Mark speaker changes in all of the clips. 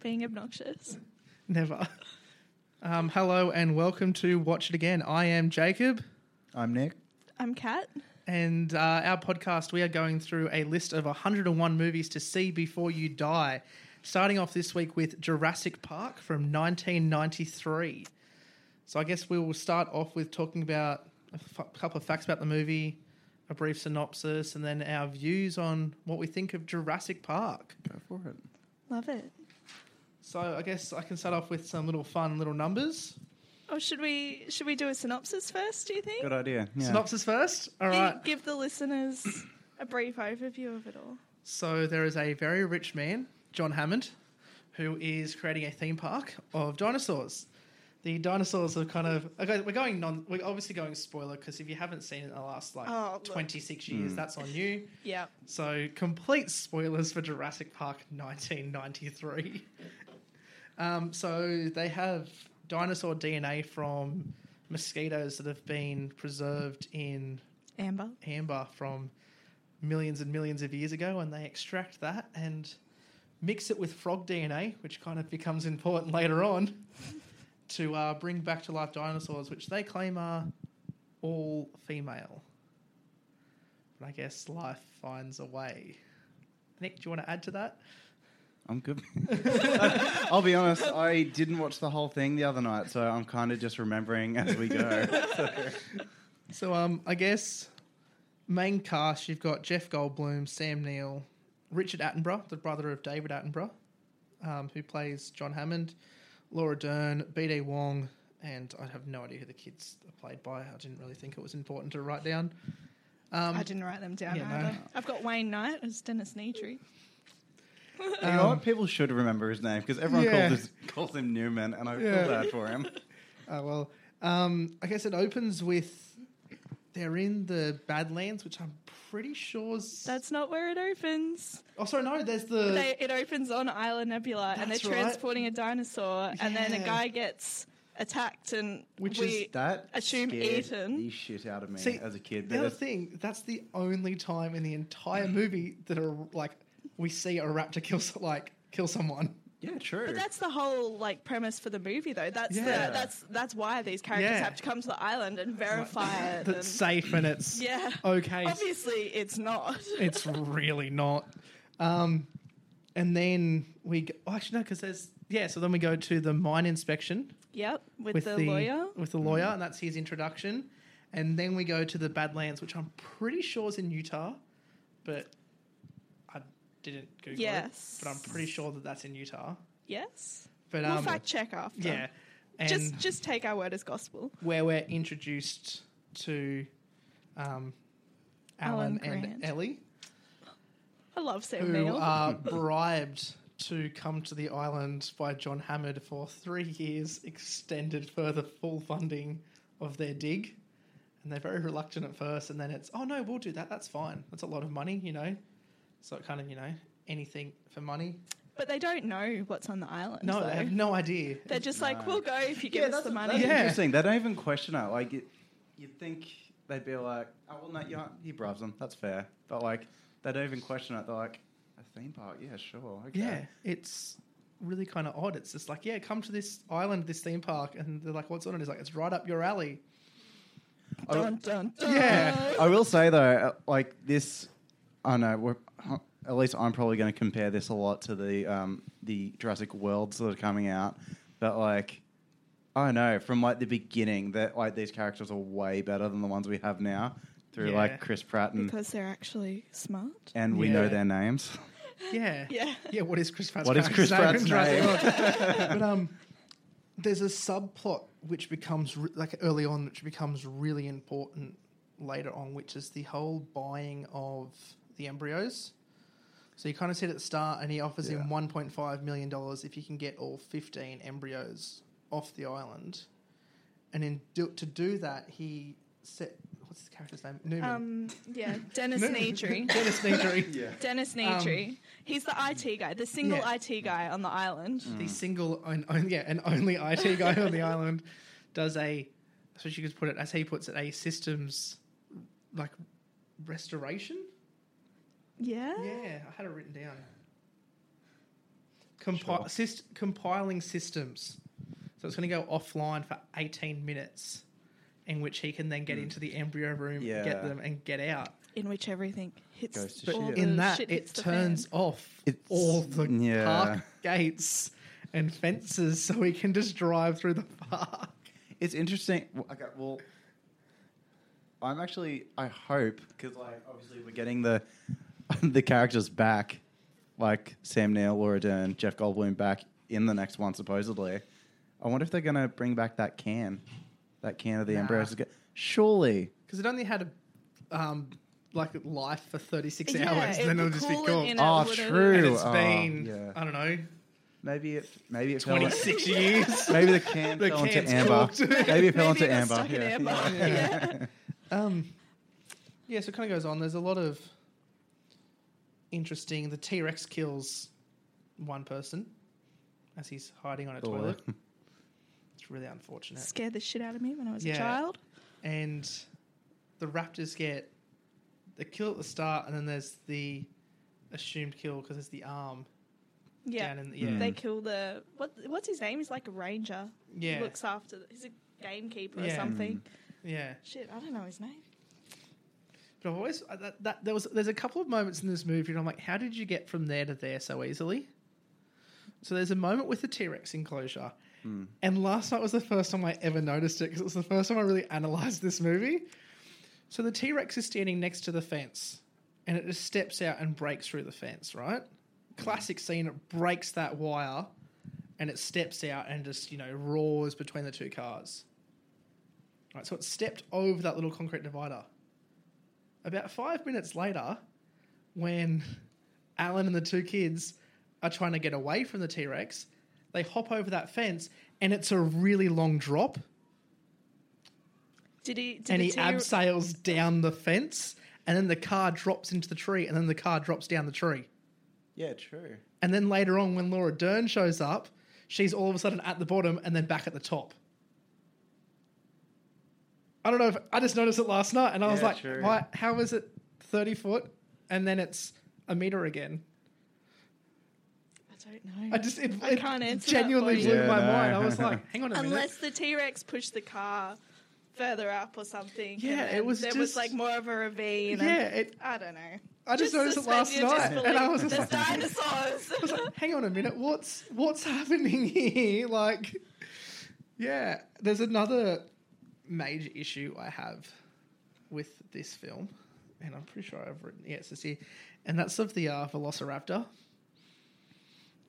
Speaker 1: being obnoxious.
Speaker 2: Never. Um, hello and welcome to Watch It Again. I am Jacob,
Speaker 3: I'm Nick.
Speaker 1: I'm Kat.
Speaker 2: and uh, our podcast, we are going through a list of 101 movies to see before you die. Starting off this week with Jurassic Park from 1993. So I guess we will start off with talking about a f- couple of facts about the movie, a brief synopsis, and then our views on what we think of Jurassic Park.
Speaker 3: Go for it.
Speaker 1: Love it.
Speaker 2: So I guess I can start off with some little fun little numbers.
Speaker 1: Oh, should we should we do a synopsis first? Do you think?
Speaker 3: Good idea. Yeah.
Speaker 2: Synopsis first. All
Speaker 1: Gi-
Speaker 2: right.
Speaker 1: Give the listeners a brief overview of it all.
Speaker 2: So there is a very rich man, John Hammond, who is creating a theme park of dinosaurs. The dinosaurs are kind of okay, we're going non we're obviously going spoiler because if you haven't seen it in the last like
Speaker 1: Oh, look.
Speaker 2: 26 years that's on you.
Speaker 1: Yeah.
Speaker 2: So complete spoilers for Jurassic Park 1993. Um, so they have dinosaur DNA from mosquitoes that have been preserved in
Speaker 1: Amber.
Speaker 2: amber from millions and millions of years ago, and they extract that and mix it with frog DNA, which kind of becomes important later on, to uh, bring back to life dinosaurs, which they claim are all female. But I guess life finds a way. Nick, do you want to add to that?
Speaker 3: I'm good. I'll be honest, I didn't watch the whole thing the other night, so I'm kind of just remembering as we go.
Speaker 2: So um, I guess main cast you've got Jeff Goldblum, Sam Neill, Richard Attenborough, the brother of David Attenborough, um, who plays John Hammond, Laura Dern, B.D. Wong, and I have no idea who the kids are played by. I didn't really think it was important to write down. Um,
Speaker 1: I didn't write them down
Speaker 2: yeah, no.
Speaker 1: either. I've got Wayne Knight as Dennis Nedry.
Speaker 3: you
Speaker 2: um,
Speaker 3: know what? People should remember his name because everyone
Speaker 2: Yeah.
Speaker 3: calls, his, calls him Newman, and I
Speaker 2: Yeah.
Speaker 3: feel bad for him.
Speaker 2: Oh well, um, I guess it opens with they're in the Badlands, which I'm pretty sure. Is...
Speaker 1: That's not where it opens.
Speaker 2: Oh, sorry, no, there's the
Speaker 1: they, it opens on Isla Nebula, and they're
Speaker 2: That's right.
Speaker 1: transporting a dinosaur, and then
Speaker 2: Yeah.
Speaker 1: a guy gets attacked, and
Speaker 2: Which
Speaker 1: we,
Speaker 2: is-
Speaker 3: That
Speaker 1: Assume
Speaker 3: scared
Speaker 1: Ethan.
Speaker 3: the shit out of me
Speaker 2: See,
Speaker 3: as a kid.
Speaker 2: The
Speaker 3: That
Speaker 2: other
Speaker 3: is-
Speaker 2: thing, that's the only time in the entire movie that a, like we see a raptor kill so- like kill someone.
Speaker 3: yeah, true.
Speaker 1: But that's the whole like premise for the movie, though. That's the,
Speaker 2: Yeah.
Speaker 1: that's that's why these characters
Speaker 2: Yeah.
Speaker 1: have to come to the island and verify it.
Speaker 2: That's
Speaker 1: and-
Speaker 2: safe and it's
Speaker 1: yeah,
Speaker 2: okay.
Speaker 1: obviously it's not.
Speaker 2: It's really not. Um, and then we go, oh, actually no, because there's yeah. So then we go to the mine inspection
Speaker 1: yep, with,
Speaker 2: with
Speaker 1: the, lawyer.
Speaker 2: with the lawyer, and that's his introduction. And then we go to the Badlands, which I'm pretty sure is in Utah, but I didn't Google
Speaker 1: Yes.
Speaker 2: it. But I'm pretty sure that that's in Utah.
Speaker 1: Yes,
Speaker 2: But
Speaker 1: we'll
Speaker 2: um,
Speaker 1: fact check after.
Speaker 2: Yeah. And
Speaker 1: just just take our word as gospel.
Speaker 2: where we're introduced to um,
Speaker 1: Alan
Speaker 2: Alan, and
Speaker 1: Grant.
Speaker 2: Ellie,
Speaker 1: I love Sam
Speaker 2: who
Speaker 1: Neill.
Speaker 2: are bribed to come to the island by John Hammond for three years, extended further full funding of their dig. And they're very reluctant at first, and then it's, oh no, we'll do that. That's fine. That's a lot of money, you know? So it kind of, you know, anything for money.
Speaker 1: but they don't know what's on the island.
Speaker 2: No,
Speaker 1: though.
Speaker 2: they have no idea.
Speaker 1: They're just like, we'll go if you give us the money.
Speaker 3: That's
Speaker 2: Yeah.
Speaker 3: interesting. They don't even question it. Like, it, you'd think they'd be like, oh, well, no, you aren't- he bribes them. That's fair. But, like, they don't even question it. They're like, a theme park? Yeah, sure. Okay.
Speaker 2: Yeah, it's really kind of odd. It's just like, yeah, come to this island, this theme park, and they're like, what's on it? It's like, it's right up your alley.
Speaker 3: I will,
Speaker 1: Dun, dun, dun.
Speaker 2: Yeah.
Speaker 3: I will say, though, uh, like, this, I know, we're, huh, at least I'm probably going to compare this a lot to the, um, the Jurassic Worlds that are coming out. But, like, I don't know, from, like, the beginning, that, like, these characters are way better than the ones we have now through,
Speaker 2: Yeah.
Speaker 3: like, Chris Pratt and,
Speaker 1: because they're actually smart.
Speaker 3: and we know
Speaker 2: Yeah.
Speaker 3: their names.
Speaker 2: Yeah.
Speaker 1: Yeah.
Speaker 2: Yeah, what is Chris Pratt's
Speaker 3: What is
Speaker 2: character's
Speaker 3: Chris Pratt's
Speaker 2: Jurassic World? but um, there's a subplot which becomes, re- like early on, which becomes really important later on, which is the whole buying of the embryos. So you kind of said at the start, and he offers him
Speaker 3: Yeah.
Speaker 2: $1.5 million if he can get all 15 embryos off the island. And in do, to do that, he set, what's his character's name? Newman.
Speaker 1: Um, yeah, Dennis
Speaker 2: Newman.
Speaker 1: Nedry.
Speaker 2: Dennis Nedry.
Speaker 3: Yeah.
Speaker 1: Dennis Nedry. He's the IT guy, the single
Speaker 2: Um, Yeah. Mm.
Speaker 1: IT guy on the island.
Speaker 3: Mm.
Speaker 2: the single and on, yeah, and only IT guy on the island does a, so you could put it as he puts it, a systems like restoration.
Speaker 1: Yeah.
Speaker 3: Ah.
Speaker 2: Yeah, I had it written down. Compi-
Speaker 3: Sure.
Speaker 2: syst- compiling systems. So it's going to go offline for 18 minutes, in which he can then get into the embryo room,
Speaker 3: Mm. Yeah.
Speaker 2: get them, and get out.
Speaker 1: in which everything hits
Speaker 3: Goes to
Speaker 2: But
Speaker 1: all
Speaker 3: shit.
Speaker 1: the
Speaker 2: in that,
Speaker 1: shit
Speaker 2: it
Speaker 1: hits the
Speaker 2: turns
Speaker 1: fan.
Speaker 2: off
Speaker 3: It's-
Speaker 2: all the
Speaker 3: yeah.
Speaker 2: park gates and fences so he can just drive through the park.
Speaker 3: It's interesting. w- Okay, well, I'm actually. I hope because like obviously we're getting the the characters back, like Sam Neill, Laura Dern, Jeff Goldblum back in the next one supposedly. I wonder if they're gonna bring back that can, that can of the
Speaker 2: Nah.
Speaker 3: Embrace. Surely,
Speaker 2: Because it only had a um, like life for 36
Speaker 1: Yeah,
Speaker 2: hours,
Speaker 1: it'd
Speaker 2: then
Speaker 1: be
Speaker 2: it'll just be
Speaker 1: cool
Speaker 2: gone.
Speaker 1: in
Speaker 2: And
Speaker 1: a-
Speaker 3: oh,
Speaker 1: would it-
Speaker 3: true.
Speaker 2: it's
Speaker 3: Oh,
Speaker 2: been,
Speaker 3: yeah.
Speaker 2: I don't know,
Speaker 3: Maybe it. Maybe it. fell-
Speaker 2: 26 years.
Speaker 3: Maybe the can
Speaker 2: The
Speaker 3: fell into
Speaker 2: can's
Speaker 3: amber.
Speaker 2: cooked.
Speaker 3: Maybe it fell
Speaker 1: Maybe
Speaker 3: into
Speaker 1: it got
Speaker 3: amber.
Speaker 1: stuck in amber. Yeah.
Speaker 2: Um, yeah, so it kind of goes on. There's a lot of interesting. The T Rex kills one person as he's hiding on a
Speaker 3: Cool.
Speaker 2: toilet. It's really unfortunate.
Speaker 1: Scared the shit out of me when I was
Speaker 2: Yeah.
Speaker 1: a child.
Speaker 2: And the Raptors get the kill at the start, and then there's the assumed kill because it's the arm
Speaker 1: Yeah.
Speaker 2: down in the. Yeah.
Speaker 1: They kill the what? What's his name? He's like a ranger.
Speaker 2: yeah.
Speaker 1: Looks after. He's a gamekeeper
Speaker 2: Yeah.
Speaker 1: or something.
Speaker 2: yeah.
Speaker 1: Shit, I don't know his name.
Speaker 2: But I've always uh, that, that there was there's a couple of moments in this movie, and I'm like, how did you get from there to there so easily? So there's a moment with the T Rex enclosure, and last night was the first time I ever noticed it because it was the first time I really analyzed this movie. So the T Rex is standing next to the fence, and it just steps out and breaks through the fence. Right, classic scene. It breaks that wire, and it steps out and just you know roars between the two cars. Right, so it stepped over that little concrete divider. About five minutes later, when Alan and the two kids are trying to get away from the T Rex, they hop over that fence and it's a really long drop.
Speaker 1: Did he? Did
Speaker 2: and
Speaker 1: the
Speaker 2: he
Speaker 1: T-
Speaker 2: abseils down the fence, and then the car drops into the tree, and then the car drops down the tree.
Speaker 3: Yeah, true.
Speaker 2: And then later on, when Laura Dern shows up, she's all of a sudden at the bottom and then back at the top. I don't know if I just noticed it last night and I was
Speaker 3: Yeah,
Speaker 2: like,
Speaker 3: true.
Speaker 2: why, how is it 30 foot and then it's a meter again?
Speaker 1: I don't know.
Speaker 2: I just, it,
Speaker 1: I
Speaker 2: it
Speaker 1: can't answer that
Speaker 2: genuinely
Speaker 1: for you.
Speaker 2: blew
Speaker 3: Yeah,
Speaker 2: my
Speaker 3: no.
Speaker 2: mind. I was like, hang on a minute.
Speaker 1: Unless the T Rex pushed the car further up or something.
Speaker 2: Yeah,
Speaker 1: and then
Speaker 2: it was
Speaker 1: there
Speaker 2: just-
Speaker 1: was like more of a ravine.
Speaker 2: yeah,
Speaker 1: And
Speaker 2: it,
Speaker 1: I don't know.
Speaker 2: I just, noticed it
Speaker 1: suspend
Speaker 2: last
Speaker 1: your
Speaker 2: night and I
Speaker 1: disbelief.
Speaker 2: was just
Speaker 1: There's
Speaker 2: like,
Speaker 1: dinosaurs.
Speaker 2: I was like, hang on a minute, what's what's happening here? Like, yeah, there's another major issue I have with this film, and I'm pretty sure I've written yes, it's here, and that's of the uh, Velociraptor.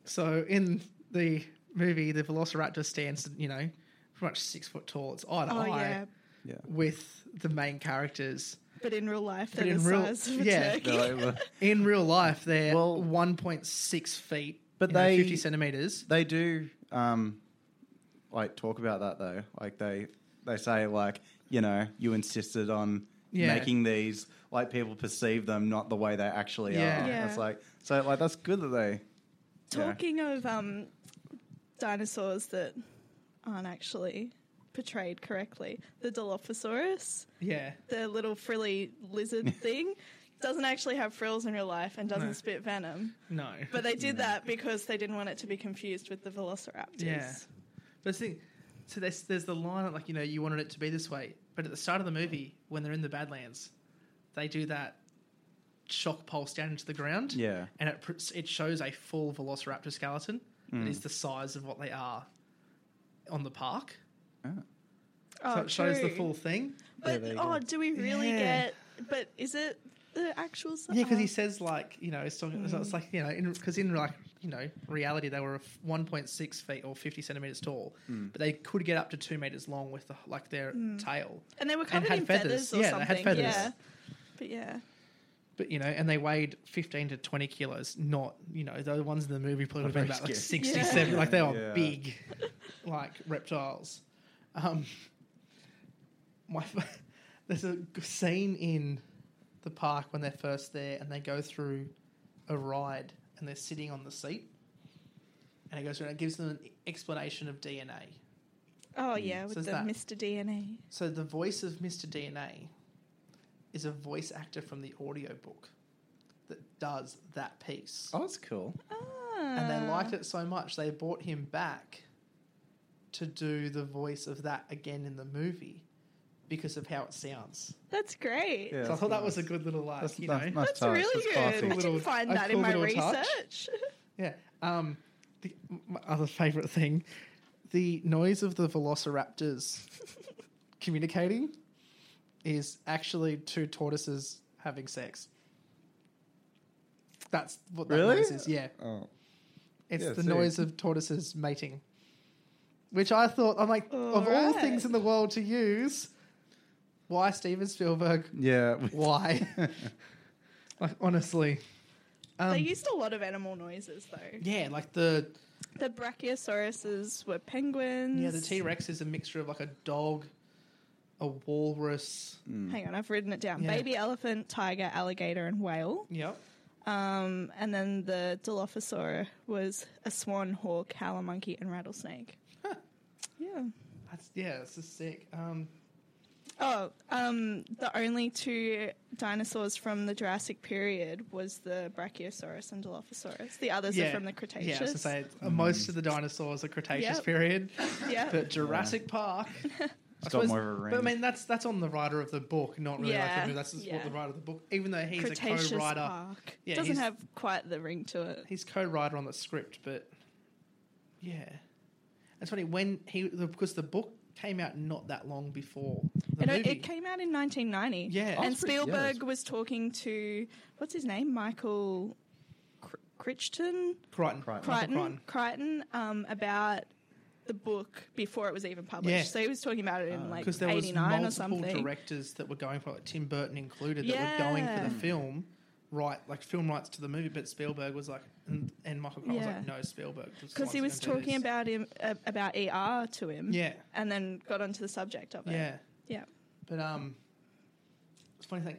Speaker 2: So in the movie, the Velociraptor stands, you know, pretty much six foot tall. It's eye to
Speaker 1: oh
Speaker 2: eye
Speaker 1: yeah,
Speaker 3: Yeah.
Speaker 2: with the main characters.
Speaker 1: but in real life,
Speaker 2: But
Speaker 1: they're
Speaker 2: in
Speaker 1: the
Speaker 2: real-
Speaker 1: size of a
Speaker 2: yeah.
Speaker 1: turkey.
Speaker 2: In real life, they're
Speaker 3: Well-
Speaker 2: 1.6 feet,
Speaker 3: But
Speaker 2: you know,
Speaker 3: they-
Speaker 2: 50 centimeters.
Speaker 3: They do um, like talk about that though. Like they they say like you know you insisted on
Speaker 2: Yeah.
Speaker 3: making these like people perceive them not the way they actually
Speaker 2: Yeah.
Speaker 3: are.
Speaker 1: Yeah.
Speaker 3: It's like so like that's good that they yeah.
Speaker 1: Talking of um, dinosaurs that aren't actually portrayed correctly, the Dilophosaurus,
Speaker 2: Yeah.
Speaker 1: the little frilly lizard thing, doesn't actually have frills in real life and doesn't
Speaker 2: No.
Speaker 1: spit venom.
Speaker 2: No.
Speaker 1: But they did that because they didn't want it to be confused with the Velociraptors.
Speaker 2: Yeah. But the thing, so there's there's the line that like you know you wanted it to be this way, but at the start of the movie when they're in the Badlands, they do that shock pulse down into the ground,
Speaker 3: yeah
Speaker 2: and it pr- it shows a full Velociraptor skeleton that is the size of what they are on the park.
Speaker 1: Oh,
Speaker 2: so it shows the
Speaker 1: true.
Speaker 2: full thing.
Speaker 1: But
Speaker 3: Yeah, they
Speaker 1: oh, do we really
Speaker 2: Yeah.
Speaker 1: get? But is it the actual? si-
Speaker 2: Yeah, because he
Speaker 1: oh.
Speaker 2: says like you know it's talking. so
Speaker 1: Hmm.
Speaker 2: it's like you know because in, like you know reality they were f- 1.6 feet or 50 centimeters tall, but they could get up to two meters long with the, like their
Speaker 1: Hmm.
Speaker 2: tail.
Speaker 1: and they were
Speaker 2: and
Speaker 1: covered
Speaker 2: had
Speaker 1: in
Speaker 2: feathers.
Speaker 1: feathers, or
Speaker 2: Yeah, they
Speaker 1: something.
Speaker 2: had feathers.
Speaker 1: Yeah, but yeah,
Speaker 2: But you know, and they weighed fifteen to twenty kilos. Not you know the ones in the movie probably would have been about like
Speaker 3: Very
Speaker 2: sixty,
Speaker 1: Yeah.
Speaker 2: 70, Like they were
Speaker 3: Yeah.
Speaker 2: big, like reptiles. Um, my f- there's a g- scene in the park when they're first there, and they go through a ride, and they're sitting on the seat, and it goes around. It gives them an explanation of DNA.
Speaker 1: oh yeah, with
Speaker 2: Mm. So is
Speaker 1: the
Speaker 2: that-
Speaker 1: Mr. DNA.
Speaker 2: So the voice of Mr. DNA is a voice actor from the audiobook that does that piece.
Speaker 3: oh that's cool
Speaker 1: Ah,
Speaker 2: and they liked
Speaker 1: Ah.
Speaker 2: it so much they brought him back to do the voice of that again in the movie because of how it sounds.
Speaker 1: That's great.
Speaker 3: Yeah,
Speaker 2: so I
Speaker 3: that's
Speaker 2: thought that
Speaker 3: nice.
Speaker 2: was a good little like,
Speaker 3: That's,
Speaker 2: you
Speaker 3: that's
Speaker 2: know.
Speaker 3: nice
Speaker 1: That's
Speaker 3: touch.
Speaker 1: really
Speaker 3: That's
Speaker 1: good.
Speaker 3: classy.
Speaker 1: I
Speaker 2: Little-
Speaker 1: didn't find
Speaker 2: a
Speaker 1: that
Speaker 2: cool
Speaker 1: in my
Speaker 2: little touch.
Speaker 1: research.
Speaker 2: Yeah. Um, the, my other favorite thing, the noise of the velociraptors communicating is actually two tortoises having sex. That's what that
Speaker 3: Really?
Speaker 2: noise is. Yeah,
Speaker 3: Oh.
Speaker 2: it's
Speaker 3: Yeah,
Speaker 2: the
Speaker 3: sick.
Speaker 2: noise of tortoises mating. Which I thought, I'm like, of all
Speaker 1: Alright.
Speaker 2: things in the world to use, why Steven Spielberg?
Speaker 3: Yeah.
Speaker 2: Why? like honestly,
Speaker 1: they
Speaker 2: um,
Speaker 1: used a lot of animal noises though.
Speaker 2: yeah, like the
Speaker 1: The brachiosauruses were penguins.
Speaker 2: Yeah, the T Rex is a mixture of like a dog, a walrus.
Speaker 3: Hmm.
Speaker 1: Hang on, I've written it down.
Speaker 2: Yeah.
Speaker 1: Baby elephant, tiger, alligator, and whale.
Speaker 2: Yep.
Speaker 1: Um, and then the Dilophosaur was a swan, hawk, howler monkey, and rattlesnake. Yeah.
Speaker 2: That's yeah, this is sick. Um,
Speaker 1: Oh, um, the only two dinosaurs from the Jurassic period was the Brachiosaurus and Dilophosaurus. The others
Speaker 2: yeah,
Speaker 1: are from the
Speaker 2: Yeah, I was gonna
Speaker 1: Cretaceous.
Speaker 2: say uh, most of the dinosaurs are Cretaceous
Speaker 1: Yep.
Speaker 2: period,
Speaker 1: Yeah.
Speaker 2: but Jurassic Park. I
Speaker 3: It's got more of a
Speaker 2: But I
Speaker 3: range.
Speaker 2: mean, that's that's on the writer of the book, not really like the
Speaker 1: Yeah,
Speaker 2: movie. That's just what
Speaker 1: yeah.
Speaker 2: the writer of the book, even though he's
Speaker 1: Cretaceous
Speaker 2: a co-writer.
Speaker 1: Park.
Speaker 2: Yeah,
Speaker 1: Doesn't
Speaker 2: he's-
Speaker 1: have quite the ring to it.
Speaker 2: He's co-writer on the script, but yeah, that's funny when he because the book came out not that long before the
Speaker 1: It,
Speaker 2: movie.
Speaker 1: it came out in 1990.
Speaker 2: Yeah.
Speaker 1: and
Speaker 3: That's pretty- yeah,
Speaker 1: Spielberg
Speaker 3: that's-
Speaker 1: was talking to what's his name, Michael Cr- Crichton,
Speaker 2: Crichton,
Speaker 3: Crichton.
Speaker 2: Michael
Speaker 1: Crichton, Crichton, um, about the book before it was even published.
Speaker 2: Yeah.
Speaker 1: So he was talking about it in like
Speaker 2: because there was
Speaker 1: 89 or
Speaker 2: multiple
Speaker 1: something.
Speaker 2: directors that were going for it, like Tim Burton included, that were going for
Speaker 1: Yeah.
Speaker 2: the film, right? Like film rights to the movie, but Spielberg was like, and, and Michael Crichton
Speaker 1: Yeah.
Speaker 2: was like, no, Spielberg, was the
Speaker 1: because he
Speaker 2: one
Speaker 1: was
Speaker 2: that's gonna do
Speaker 1: talking
Speaker 2: this."
Speaker 1: about him uh, about ER to him,
Speaker 2: yeah,
Speaker 1: and then got onto the subject of it.
Speaker 2: yeah,
Speaker 1: yeah.
Speaker 2: but um, it's a funny thing.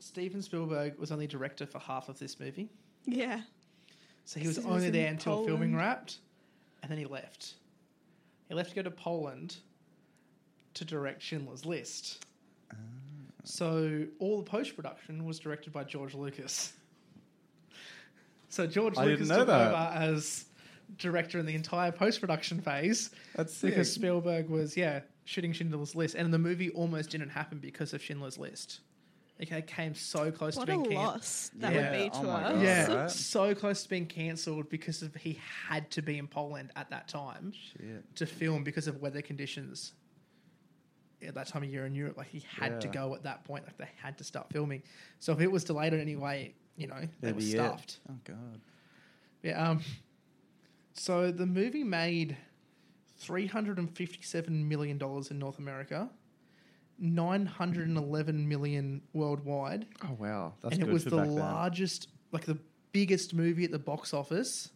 Speaker 2: Steven Spielberg was only director for half of this movie,
Speaker 1: Yeah.
Speaker 2: so he was
Speaker 1: So he was
Speaker 2: only
Speaker 1: in
Speaker 2: there until filming
Speaker 1: Poland.
Speaker 2: wrapped, and then he left. He left to go to Poland to direct Schindler's List.
Speaker 3: Ah.
Speaker 2: So all the post production was directed by George Lucas. So George
Speaker 3: I didn't
Speaker 2: Lucas
Speaker 3: know
Speaker 2: took
Speaker 3: that.
Speaker 2: over as director in the entire post production phase
Speaker 3: That's sick.
Speaker 2: because Spielberg was yeah shooting Schindler's List, and the movie almost didn't happen because of Schindler's List. Like, It came so close
Speaker 1: What
Speaker 2: to
Speaker 1: a
Speaker 2: being cancelled.
Speaker 1: loss that
Speaker 3: Yeah,
Speaker 1: would be to
Speaker 3: oh my
Speaker 1: us.
Speaker 3: God.
Speaker 2: Yeah,
Speaker 3: Right.
Speaker 2: so close to being cancelled because of he had to be in Poland at that time
Speaker 3: Shit.
Speaker 2: to film because of weather conditions. At that time of year in Europe, like he had to
Speaker 3: Yeah.
Speaker 2: go at that point, like they had to start filming. So if it was delayed in any way, you know, they
Speaker 3: That'd
Speaker 2: were
Speaker 3: be it.
Speaker 2: stuffed.
Speaker 3: Oh god.
Speaker 2: Yeah. Um, so the movie made three hundred and fifty-seven million dollars in North America, nine hundred and eleven million worldwide,
Speaker 3: Oh wow. That's
Speaker 2: and
Speaker 3: good
Speaker 2: it was
Speaker 3: for
Speaker 2: the
Speaker 3: back then.
Speaker 2: largest, like the biggest movie at the box office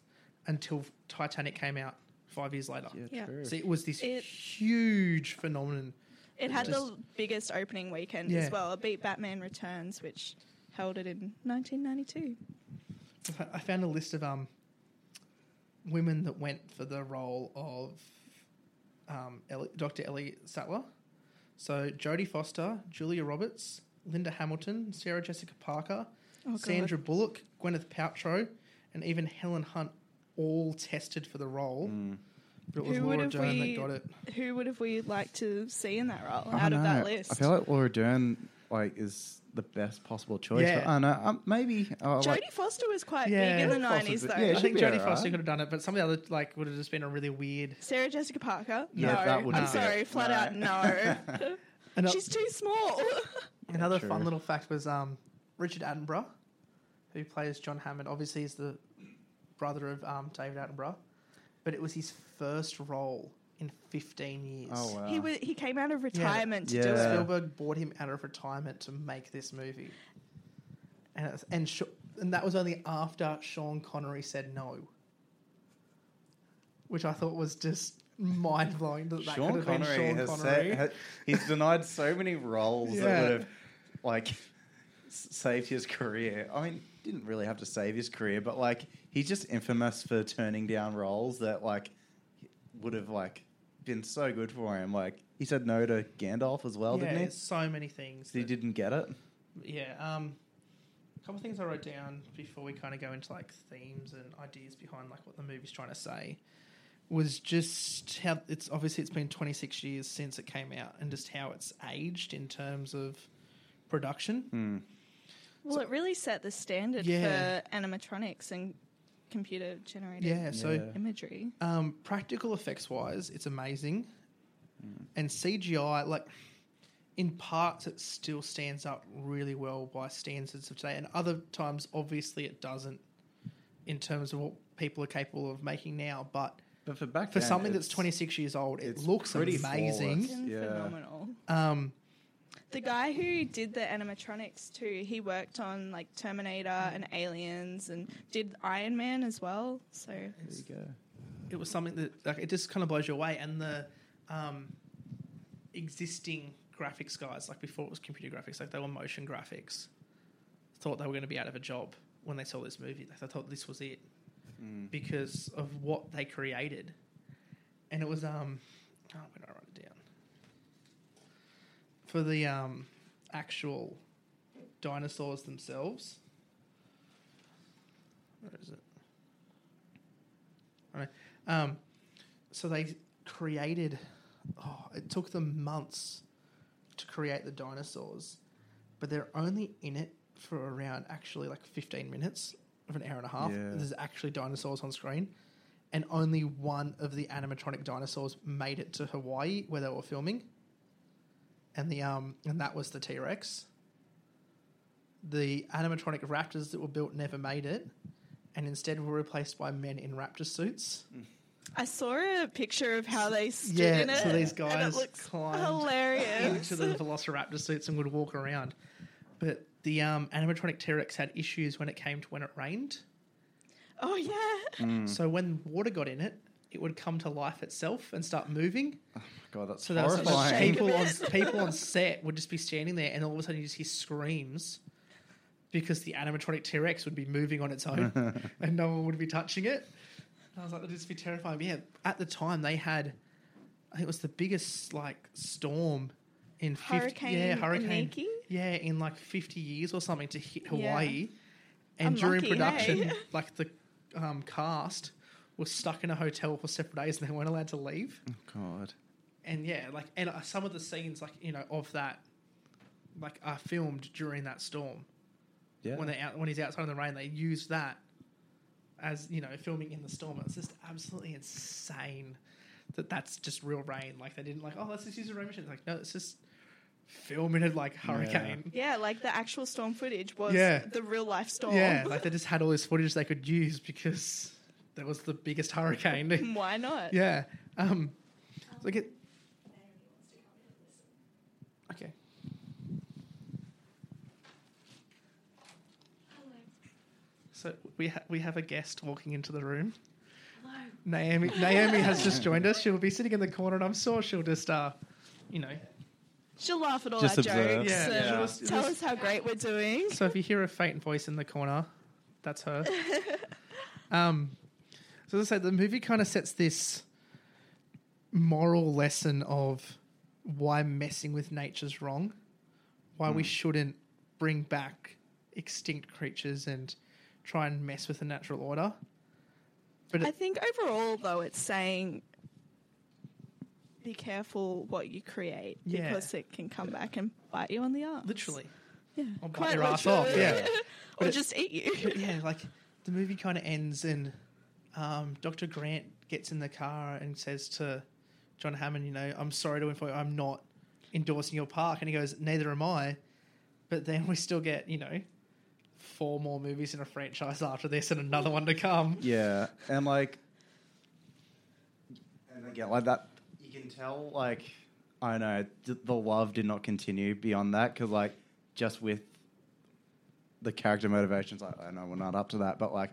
Speaker 2: until Titanic came out five years later.
Speaker 1: Yeah.
Speaker 3: true.
Speaker 2: So it was this
Speaker 1: It-
Speaker 2: huge phenomenon.
Speaker 1: It had
Speaker 2: Just-
Speaker 1: the biggest opening weekend
Speaker 2: Yeah.
Speaker 1: as well. It beat Batman Returns, which held it in 1992.
Speaker 2: I found a list of um, women that went for the role of um, Elli- Dr. Ellie Sattler. So Jodie Foster, Julia Roberts, Linda Hamilton, Sarah Jessica Parker,
Speaker 1: Oh, God.
Speaker 2: Sandra Bullock, Gwyneth Paltrow, and even Helen Hunt all tested for the role.
Speaker 3: Hmm.
Speaker 2: But it was
Speaker 1: Who would
Speaker 2: Laura
Speaker 1: have
Speaker 2: Dern
Speaker 1: we-
Speaker 2: that got it.
Speaker 1: Who would have we liked to see in that role
Speaker 3: I
Speaker 1: out of that
Speaker 3: know.
Speaker 1: list?
Speaker 3: I feel like Laura Dern like is the best possible choice.
Speaker 2: Yeah.
Speaker 3: But I don't know. Um, maybe uh, like,
Speaker 1: Jodie Foster was quite
Speaker 2: Yeah.
Speaker 1: big in the
Speaker 2: Jodie
Speaker 3: Foster's
Speaker 1: 90s,
Speaker 3: big-
Speaker 1: though.
Speaker 3: yeah,
Speaker 2: I
Speaker 3: should
Speaker 2: think
Speaker 3: be
Speaker 2: Jodie
Speaker 3: alright.
Speaker 2: Foster could have done it, but some of the other like would have just been a really weird.
Speaker 1: Sarah Jessica Parker?
Speaker 3: Yeah,
Speaker 1: no.
Speaker 3: that would
Speaker 1: I'm
Speaker 3: be
Speaker 1: sorry,
Speaker 3: it.
Speaker 1: flat
Speaker 3: No.
Speaker 1: out, no.
Speaker 2: Ano-
Speaker 1: She's too small.
Speaker 2: Another
Speaker 3: true.
Speaker 2: fun little fact was um, Richard Attenborough, who plays John Hammond. Obviously, he's the brother of um, David Attenborough, but it was his first role in 15 years.
Speaker 3: Oh wow.
Speaker 1: he, was, he came out of retirement to do
Speaker 3: Yeah.
Speaker 1: it.
Speaker 2: Spielberg bought him out of retirement to make this movie, and it's, and Sh- and that was only after Sean Connery said no, which I thought was just mind blowing. That, that could
Speaker 3: Sean
Speaker 2: have been
Speaker 3: Connery
Speaker 2: Sean
Speaker 3: has
Speaker 2: Connery.
Speaker 3: said ha- he's denied so many roles
Speaker 2: Yeah.
Speaker 3: that would have like s- saved his career. I mean, didn't really have to save his career, but like he's just infamous for turning down roles that like would have like been so good for him. Like he said no to Gandalf as well,
Speaker 2: yeah,
Speaker 3: didn't he?
Speaker 2: so many things.
Speaker 3: So he
Speaker 2: that-
Speaker 3: didn't get it.
Speaker 2: Yeah. Um, couple of things I wrote down before we kind of go into like themes and ideas behind like what the movie's trying to say was just how it's obviously it's been 26 years since it came out and just how it's aged in terms of production.
Speaker 3: Mm.
Speaker 1: Well, it really set the standard
Speaker 2: Yeah.
Speaker 1: for animatronics and computer generated
Speaker 2: Yeah, so
Speaker 3: Yeah.
Speaker 1: imagery.
Speaker 2: Um, practical effects wise, it's amazing,
Speaker 3: Mm.
Speaker 2: and CGI like in parts it still stands up really well by standards of today, and other times obviously it doesn't in terms of what people are capable of making now. But
Speaker 3: But for back
Speaker 2: for
Speaker 3: then,
Speaker 2: something that's
Speaker 3: it's-
Speaker 2: 26 years old, it
Speaker 3: it's
Speaker 2: looks
Speaker 3: pretty
Speaker 2: amazing.
Speaker 3: flawless.
Speaker 1: Fucking
Speaker 3: Yeah.
Speaker 1: Phenomenal.
Speaker 2: Um,
Speaker 1: The guy who did the animatronics too, he worked on like Terminator and Aliens and did Iron Man as well. So
Speaker 3: There you go.
Speaker 2: it was something that like it just kind of blows you away, and the um, existing graphics guys, like before it was computer graphics, like they were motion graphics, thought they were going to be out of a job when they saw this movie. Like, they thought this was it
Speaker 3: Mm.
Speaker 2: because of what they created, and it was um, oh, where did I write it down? For the um, actual dinosaurs themselves. Where is it? I don't know. Um, so they created. Oh, it took them months to create the dinosaurs, but they're only in it for around actually like fifteen minutes of an hour and a half.
Speaker 3: Yeah.
Speaker 2: There's actually dinosaurs on screen, and only one of the animatronic dinosaurs made it to Hawaii where they were filming, and the um and that was the T Rex. The animatronic raptors that were built never made it, and instead were replaced by men in raptor suits.
Speaker 1: I saw a picture of how they stood
Speaker 2: Yeah,
Speaker 1: in it.
Speaker 2: so these
Speaker 1: and
Speaker 2: guys
Speaker 1: it looks
Speaker 2: climbed
Speaker 1: hilarious.
Speaker 2: into the velociraptor suits and would walk around. But the um, animatronic T Rex had issues when it came to when it rained.
Speaker 1: oh yeah,
Speaker 2: So when water got in it, it would come to life itself and start moving.
Speaker 3: God, that's
Speaker 2: So that was something that
Speaker 3: horrifying.
Speaker 2: people on people on set would just be standing there, and all of a sudden you just hear screams because the animatronic T Rex would be moving on its own, and no one would be touching it. And I was like, that'd just be terrifying. But yeah, at the time they had, I think it was the biggest like storm in 50,
Speaker 1: Hurricane
Speaker 2: yeah hurricane
Speaker 1: Iniki?
Speaker 2: yeah in like fifty years or something to hit Hawaii, and during
Speaker 1: Unlucky,
Speaker 2: production
Speaker 1: hey?
Speaker 2: like the um, cast was stuck in a hotel for separate days and they weren't allowed to leave
Speaker 3: Oh, God.
Speaker 2: and yeah, like and uh, some of the scenes like you know of that, like are filmed during that storm
Speaker 3: Yeah.
Speaker 2: when they out when he's outside in the rain. They use that as you know filming in the storm. It's just absolutely insane that that's just real rain. Like they didn't like oh let's just use a rain machine. It's like no, it's just filming it like hurricane.
Speaker 1: yeah. Like the actual storm footage was
Speaker 2: Yeah.
Speaker 1: the real life storm.
Speaker 2: Yeah, like they just had all this footage they could use because that was the biggest hurricane.
Speaker 1: Why not?
Speaker 2: Yeah. Um, so I get. Okay. So we ha- we have a guest walking into the room. Naomi Naomi has just joined us. She'll be sitting in the corner, and I'm sure she'll just, uh, you know.
Speaker 1: She'll laugh at all
Speaker 3: Just
Speaker 1: our
Speaker 3: observe.
Speaker 1: jokes
Speaker 2: Yeah,
Speaker 1: and
Speaker 2: yeah.
Speaker 1: tell us how great we're doing.
Speaker 2: So if you hear a faint voice in the corner, that's her. um, so as I said, the movie kind of sets this moral lesson of why messing with nature's wrong, why we shouldn't bring back extinct creatures and try and mess with the natural order. But
Speaker 1: I
Speaker 2: it,
Speaker 1: think overall, though, it's saying be careful what you create
Speaker 2: Yeah.
Speaker 1: because it can come back and bite you on the arse.
Speaker 2: literally,
Speaker 1: Yeah.
Speaker 2: I'll bite
Speaker 1: Quite
Speaker 2: your ass off.
Speaker 1: literally.
Speaker 2: Yeah. But
Speaker 1: or
Speaker 2: it-
Speaker 1: just eat you.
Speaker 2: But yeah, like the movie kind of ends and um, Dr. Grant gets in the car and says to John Hammond, you know, I'm sorry to inform you, I'm not endorsing your park. And he goes, neither am I. But then we still get, you know, four more movies in a franchise after this and another one to come.
Speaker 3: Yeah, and like, and again, like that, you can tell, like, I don't know, th- the love did not continue beyond that because, like, just with the character motivations, like, I know we're not up to that, but like,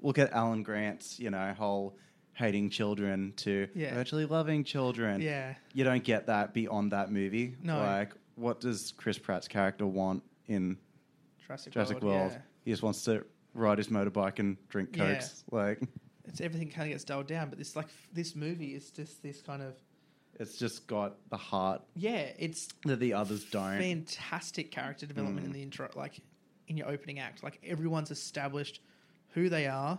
Speaker 3: look at Alan Grant's, you know, whole hating children to
Speaker 2: Yeah.
Speaker 3: virtually loving children.
Speaker 2: Yeah.
Speaker 3: You don't get that beyond that movie.
Speaker 2: No.
Speaker 3: Like, what does Chris Pratt's character want in
Speaker 2: Jurassic,
Speaker 3: Jurassic
Speaker 2: World.
Speaker 3: World?
Speaker 2: yeah.
Speaker 3: He just wants to ride his motorbike and drink
Speaker 2: Yeah.
Speaker 3: cokes. Like,
Speaker 2: It's everything kind of gets dulled down, but this like f- this movie is just this kind of
Speaker 3: It's just got the heart
Speaker 2: yeah, it's
Speaker 3: that the others don't. Mm.
Speaker 2: fantastic character development in the intro, like in your opening act. Like everyone's established who they are,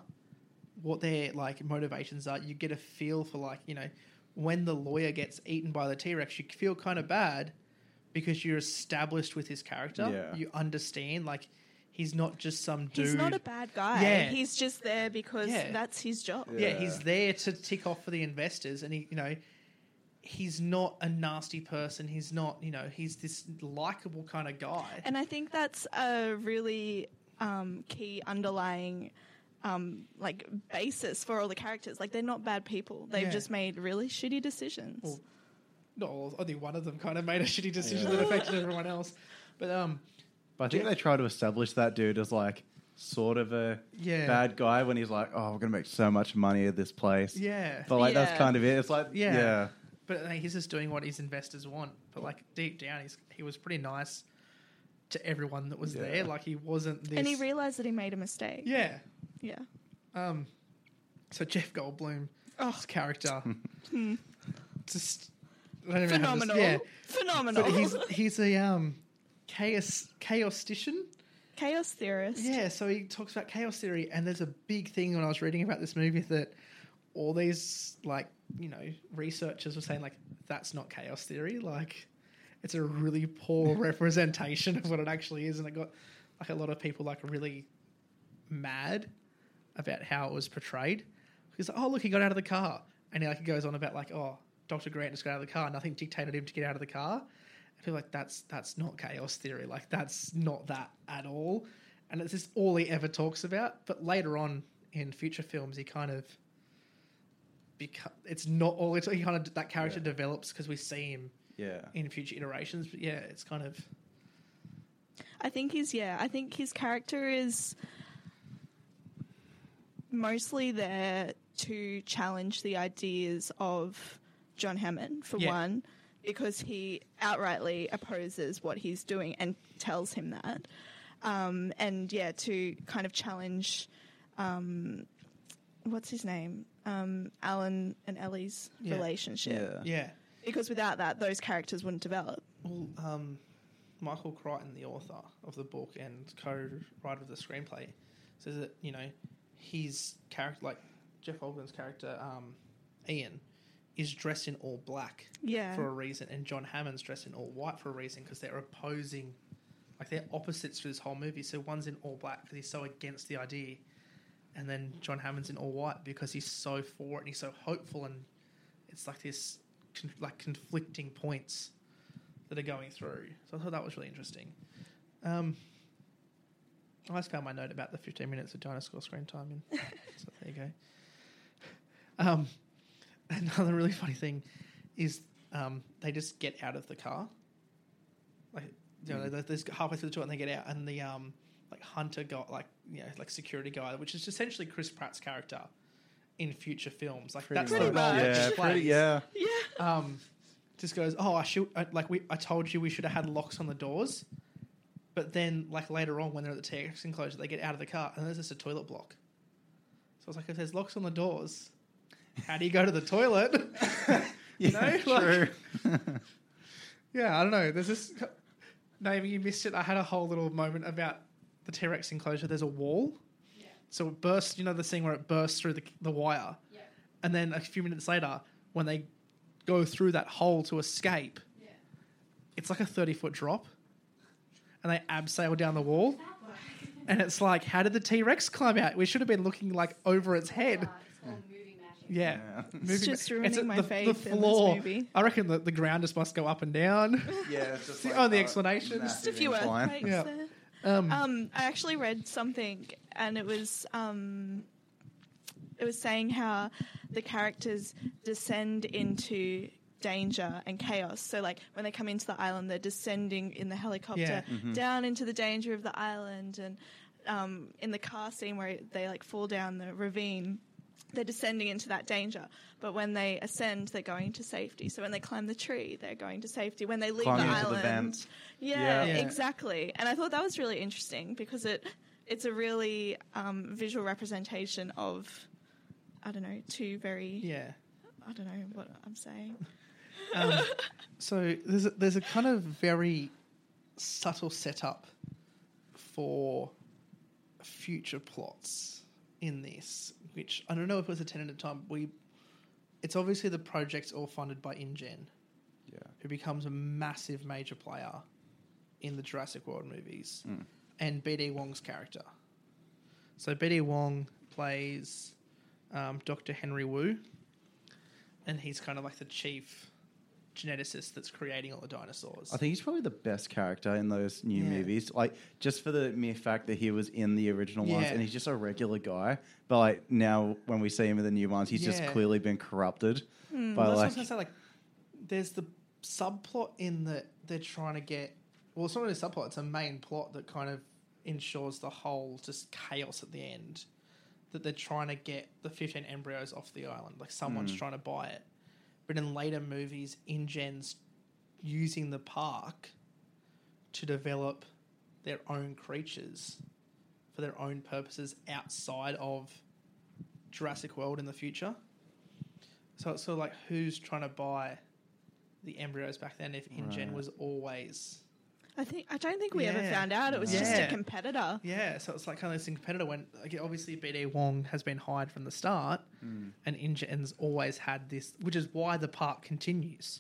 Speaker 2: what their like motivations are. You get a feel for like you know when the lawyer gets eaten by the T Rex, you feel kind of bad because you're established with his character.
Speaker 3: Yeah.
Speaker 2: You understand like he's not just some dude.
Speaker 1: He's not a bad guy.
Speaker 2: Yeah.
Speaker 1: He's just there because
Speaker 2: Yeah.
Speaker 1: that's his job.
Speaker 3: Yeah.
Speaker 2: yeah. he's there to tick off for the investors, and he, you know, he's not a nasty person. He's not, you know, he's this likable kind of guy.
Speaker 1: And I think that's a really um, key underlying um, like basis for all the characters. Like they're not bad people. They've
Speaker 2: Yeah.
Speaker 1: just made really shitty decisions.
Speaker 2: Well, no, only one of them kind of made a shitty decision that affected everyone else. But um,
Speaker 3: But I think
Speaker 2: Yeah.
Speaker 3: they try to establish that dude as like sort of a
Speaker 2: Yeah.
Speaker 3: bad guy when he's like, oh, we're gonna make so much money at this place.
Speaker 2: yeah,
Speaker 3: But like
Speaker 1: Yeah.
Speaker 3: that's kind of it. It's like
Speaker 2: Yeah.
Speaker 3: yeah,
Speaker 2: but like, he's just doing what his investors want. But like deep down, he's he was pretty nice to everyone that was
Speaker 3: Yeah.
Speaker 2: there. Like he wasn't this.
Speaker 1: and he realized that he made a mistake.
Speaker 2: yeah.
Speaker 1: Yeah.
Speaker 2: Um, so Jeff Goldblum's
Speaker 1: Oh,
Speaker 2: character, just I don't even know how to-
Speaker 1: phenomenal.
Speaker 2: yeah.
Speaker 1: Phenomenal.
Speaker 2: But he's he's a um chaos chaostician.
Speaker 1: Chaos theorist.
Speaker 2: Yeah, so he talks about chaos theory, and there's a big thing when I was reading about this movie that all these like you know researchers were saying like that's not chaos theory, like it's a really poor representation of what it actually is, and it got like a lot of people like really mad about how it was portrayed. He's like, oh look, he got out of the car, and he like goes on about like, oh, Doctor Grant just got out of the car, nothing dictated him to get out of the car. And people are like that's that's not chaos theory, like that's not that at all, and it's just all he ever talks about. But later on in future films, he kind of become it's not all it's he kind of that character
Speaker 3: Yeah.
Speaker 2: develops because we see him
Speaker 3: yeah.
Speaker 2: in future iterations. But yeah, it's kind of
Speaker 1: I think he's yeah. I think his character is mostly there to challenge the ideas of John Hammond for
Speaker 2: Yeah.
Speaker 1: one, because he outrightly opposes what he's doing and tells him that, um, and yeah, to kind of challenge. Um, What's his name? Um, Alan and Ellie's
Speaker 2: Yeah.
Speaker 1: relationship.
Speaker 3: Yeah.
Speaker 2: yeah.
Speaker 1: Because without that, those characters wouldn't develop.
Speaker 2: Well, um, Michael Crichton, the author of the book and co-writer of the screenplay, says that you know his character, like Jeff Goldblum's character, um, Ian, is dressed in all black
Speaker 1: Yeah.
Speaker 2: for a reason, and John Hammond's dressed in all white for a reason because they're opposing, like they're opposites for this whole movie. So one's in all black because he's so against the idea, and then John Hammond's in all white because he's so for it and he's so hopeful, and it's like this con- like conflicting points that are going through. So I thought that was really interesting. Um, I just found my note about the 15 minutes of dinosaur screen time. In. so there you go. Um, another really funny thing is um, they just get out of the car. Like, you know,
Speaker 3: Hmm.
Speaker 2: they, they're halfway through the tour and they get out, and the um, like hunter got like you know like security guy, which is essentially Chris Pratt's character in future films. Like that's
Speaker 1: Pretty
Speaker 2: the role
Speaker 1: much.
Speaker 2: that
Speaker 3: Yeah,
Speaker 2: she
Speaker 3: pretty,
Speaker 2: plays
Speaker 3: yeah.
Speaker 1: yeah.
Speaker 2: um, just goes, "Oh, I should I, like we I told you we should have had locks on the doors." But then, like later on, when they're at the TX enclosure, they get out of the car and there's just a toilet block. So I was like, if there's locks on the doors, how do you go to the toilet? You know, like- yeah, I don't know. There's this. Naomi, you missed it. I had a whole little moment about the T Rex enclosure. There's a wall. So it bursts, you know, the scene where it bursts through the, the wire. And then a few minutes later, when they go through that hole to escape, it's like a 30 foot drop. And they abseil down the wall. And it's like, how did the T Rex climb out? We should have been looking like over its head.
Speaker 4: It's called movie magic.
Speaker 2: Yeah.
Speaker 3: Yeah.
Speaker 2: Movie
Speaker 1: It's
Speaker 2: ma-
Speaker 1: just ruining
Speaker 2: a-
Speaker 1: my faith in this movie.
Speaker 2: I reckon the, the ground just must go up and down.
Speaker 3: Yeah, it's just uh,
Speaker 2: the only explanation.
Speaker 3: massive
Speaker 1: Just a few
Speaker 3: incline.
Speaker 1: earthquakes
Speaker 2: Yeah.
Speaker 1: there.
Speaker 2: Um,
Speaker 1: Um, I actually read something, and it was um, it was saying how the characters descend into danger and chaos. So, like when they come into the island, they're descending in the helicopter
Speaker 2: Yeah.
Speaker 3: Mm-hmm.
Speaker 1: down into the danger of the island, and um, in the car scene where they like fall down the ravine. They're descending into that danger, but when they ascend, they're going to safety. So when they climb the tree, they're going to safety. When they leave
Speaker 3: Climbing
Speaker 1: the
Speaker 3: into the
Speaker 1: island,
Speaker 3: vent.
Speaker 1: yeah,
Speaker 2: Yeah.
Speaker 1: exactly. And I thought that was really interesting because it it's a really um, visual representation of I don't know two very
Speaker 2: yeah.
Speaker 1: I don't know what I'm saying.
Speaker 2: Um, so there's a, there's a kind of very subtle setup for future plots in this, which I don't know if it was a tenant at the time. We, it's obviously the project's all funded by InGen,
Speaker 3: Yeah.
Speaker 2: who becomes a massive major player in the Jurassic World movies,
Speaker 3: Hmm.
Speaker 2: and BD Wong's character. So BD Wong plays um, Dr. Henry Wu, and he's kind of like the chief geneticist that's creating all the dinosaurs.
Speaker 3: I think he's probably the best character in those new
Speaker 2: Yeah.
Speaker 3: movies. Like just for the mere fact that he was in the original ones
Speaker 2: Yeah.
Speaker 3: and he's just a regular guy. But like now when we see him in the new ones, he's just
Speaker 2: Yeah.
Speaker 3: clearly been corrupted by
Speaker 2: Well,
Speaker 3: like
Speaker 2: that's what I was gonna say. Like, there's the subplot in that they're trying to get. Well, it's not really a subplot; it's a main plot that kind of ensures the whole just chaos at the end. That they're trying to get the 15 embryos off the island. Like someone's
Speaker 3: Hmm.
Speaker 2: trying to buy it, but in later movies, InGen's using the park to develop their own creatures for their own purposes outside of Jurassic World in the future. So it's sort of like who's trying to buy the embryos back then if InGen was always.
Speaker 1: I think I don't think we ever
Speaker 2: Yeah.
Speaker 1: found out. It was just a
Speaker 2: Yeah.
Speaker 1: competitor.
Speaker 2: Yeah, so it's like kind of this competitor when like, obviously BD Wong has been hired from the start and InGen's always had this, which is why the park continues.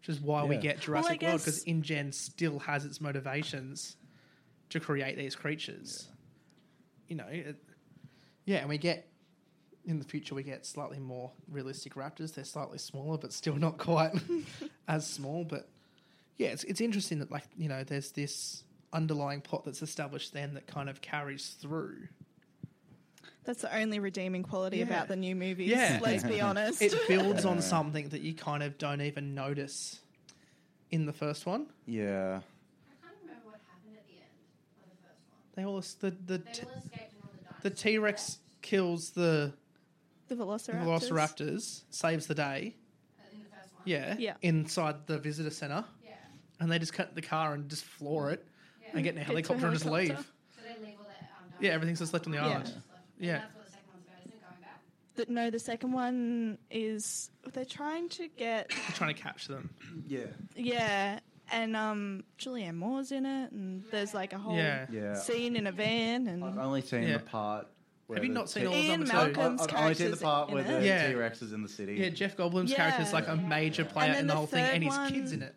Speaker 2: Which is why we
Speaker 3: Yeah.
Speaker 2: get Jurassic World because
Speaker 1: guess-
Speaker 2: InGen still has its motivations to create these creatures. You know, it, yeah, and we get in the future we get slightly more realistic raptors. They're slightly smaller, but still not quite as small. But yeah, it's it's interesting that like you know there's this underlying plot that's established then that kind of carries through.
Speaker 1: That's the only redeeming quality
Speaker 2: Yeah.
Speaker 1: about the new movies.
Speaker 2: Yeah.
Speaker 1: Let's be honest.
Speaker 2: It builds on something that you kind of don't even notice in the first one.
Speaker 3: Yeah.
Speaker 4: I can't remember what happened at the end of the first one.
Speaker 2: They all es- the the
Speaker 4: They
Speaker 2: t-
Speaker 4: all escaped and all the dinosaurs.
Speaker 2: the T Rex kills the
Speaker 1: the Velociraptors.
Speaker 2: Velociraptors, saves the day.
Speaker 4: left. In the first one.
Speaker 2: Yeah,
Speaker 1: Yeah.
Speaker 2: inside the visitor center,
Speaker 4: Yeah.
Speaker 2: and they just cut the car and just floor it.
Speaker 4: Yeah.
Speaker 2: and get in a
Speaker 1: Get to a
Speaker 2: helicopter and just leave.
Speaker 1: helicopter.
Speaker 4: So they leave all their um,
Speaker 2: Yeah,
Speaker 4: dinosaurs
Speaker 2: everything's just left on the
Speaker 4: behind.
Speaker 1: island.
Speaker 4: Just left. And
Speaker 2: Yeah.
Speaker 4: That's what the second one's about, isn't it? Going back.
Speaker 1: That- no, the second one is they're trying to get
Speaker 2: They're trying to catch them.
Speaker 3: Yeah.
Speaker 1: yeah, and um, Julianne Moore's in it, and there's like a whole
Speaker 2: Yeah.
Speaker 3: Yeah.
Speaker 1: scene in a van, and
Speaker 3: I've only seen
Speaker 2: Yeah.
Speaker 3: the part where
Speaker 2: Have you
Speaker 3: the
Speaker 2: not seen
Speaker 3: T-
Speaker 2: all of
Speaker 1: Ian
Speaker 2: number two?
Speaker 3: I've-
Speaker 1: Malcolm's
Speaker 3: I've only seen the
Speaker 1: character's
Speaker 3: part
Speaker 1: in
Speaker 3: where
Speaker 1: it.
Speaker 3: the
Speaker 2: Yeah.
Speaker 3: T Rex is in the city.
Speaker 2: Yeah, Jeff Goldblum's character is
Speaker 1: Yeah.
Speaker 2: like a major player
Speaker 1: then
Speaker 2: in the
Speaker 1: the
Speaker 2: whole thing,
Speaker 1: third
Speaker 2: and his
Speaker 1: one-
Speaker 2: kids in it.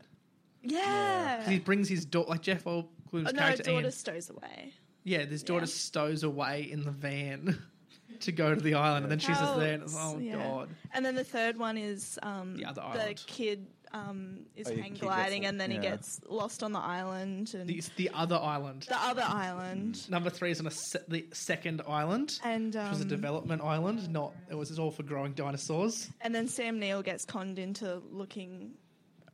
Speaker 2: 'Cause
Speaker 1: yeah,
Speaker 2: He brings his daughter, like Jeff Goldblum's
Speaker 1: oh, no,
Speaker 2: character. Ian-
Speaker 1: daughter stows away.
Speaker 2: yeah, his daughter
Speaker 1: Yeah.
Speaker 2: stows away in the van to go to the island, and then she's just
Speaker 1: How-
Speaker 2: there, and it's oh
Speaker 1: yeah.
Speaker 2: god.
Speaker 1: And then the third one is um,
Speaker 2: The other island.
Speaker 1: kid um, is
Speaker 3: Oh, your
Speaker 1: hang
Speaker 3: kid gets
Speaker 1: gliding,
Speaker 3: l-
Speaker 1: and then he
Speaker 3: yeah.
Speaker 1: gets lost on the island, and
Speaker 2: The, it's the other island.
Speaker 1: the other island,
Speaker 2: Number three is on a se- the second island.
Speaker 1: and
Speaker 2: Which was a
Speaker 1: um,
Speaker 2: development island, not it was all for growing dinosaurs.
Speaker 1: and then Sam Neill gets conned into looking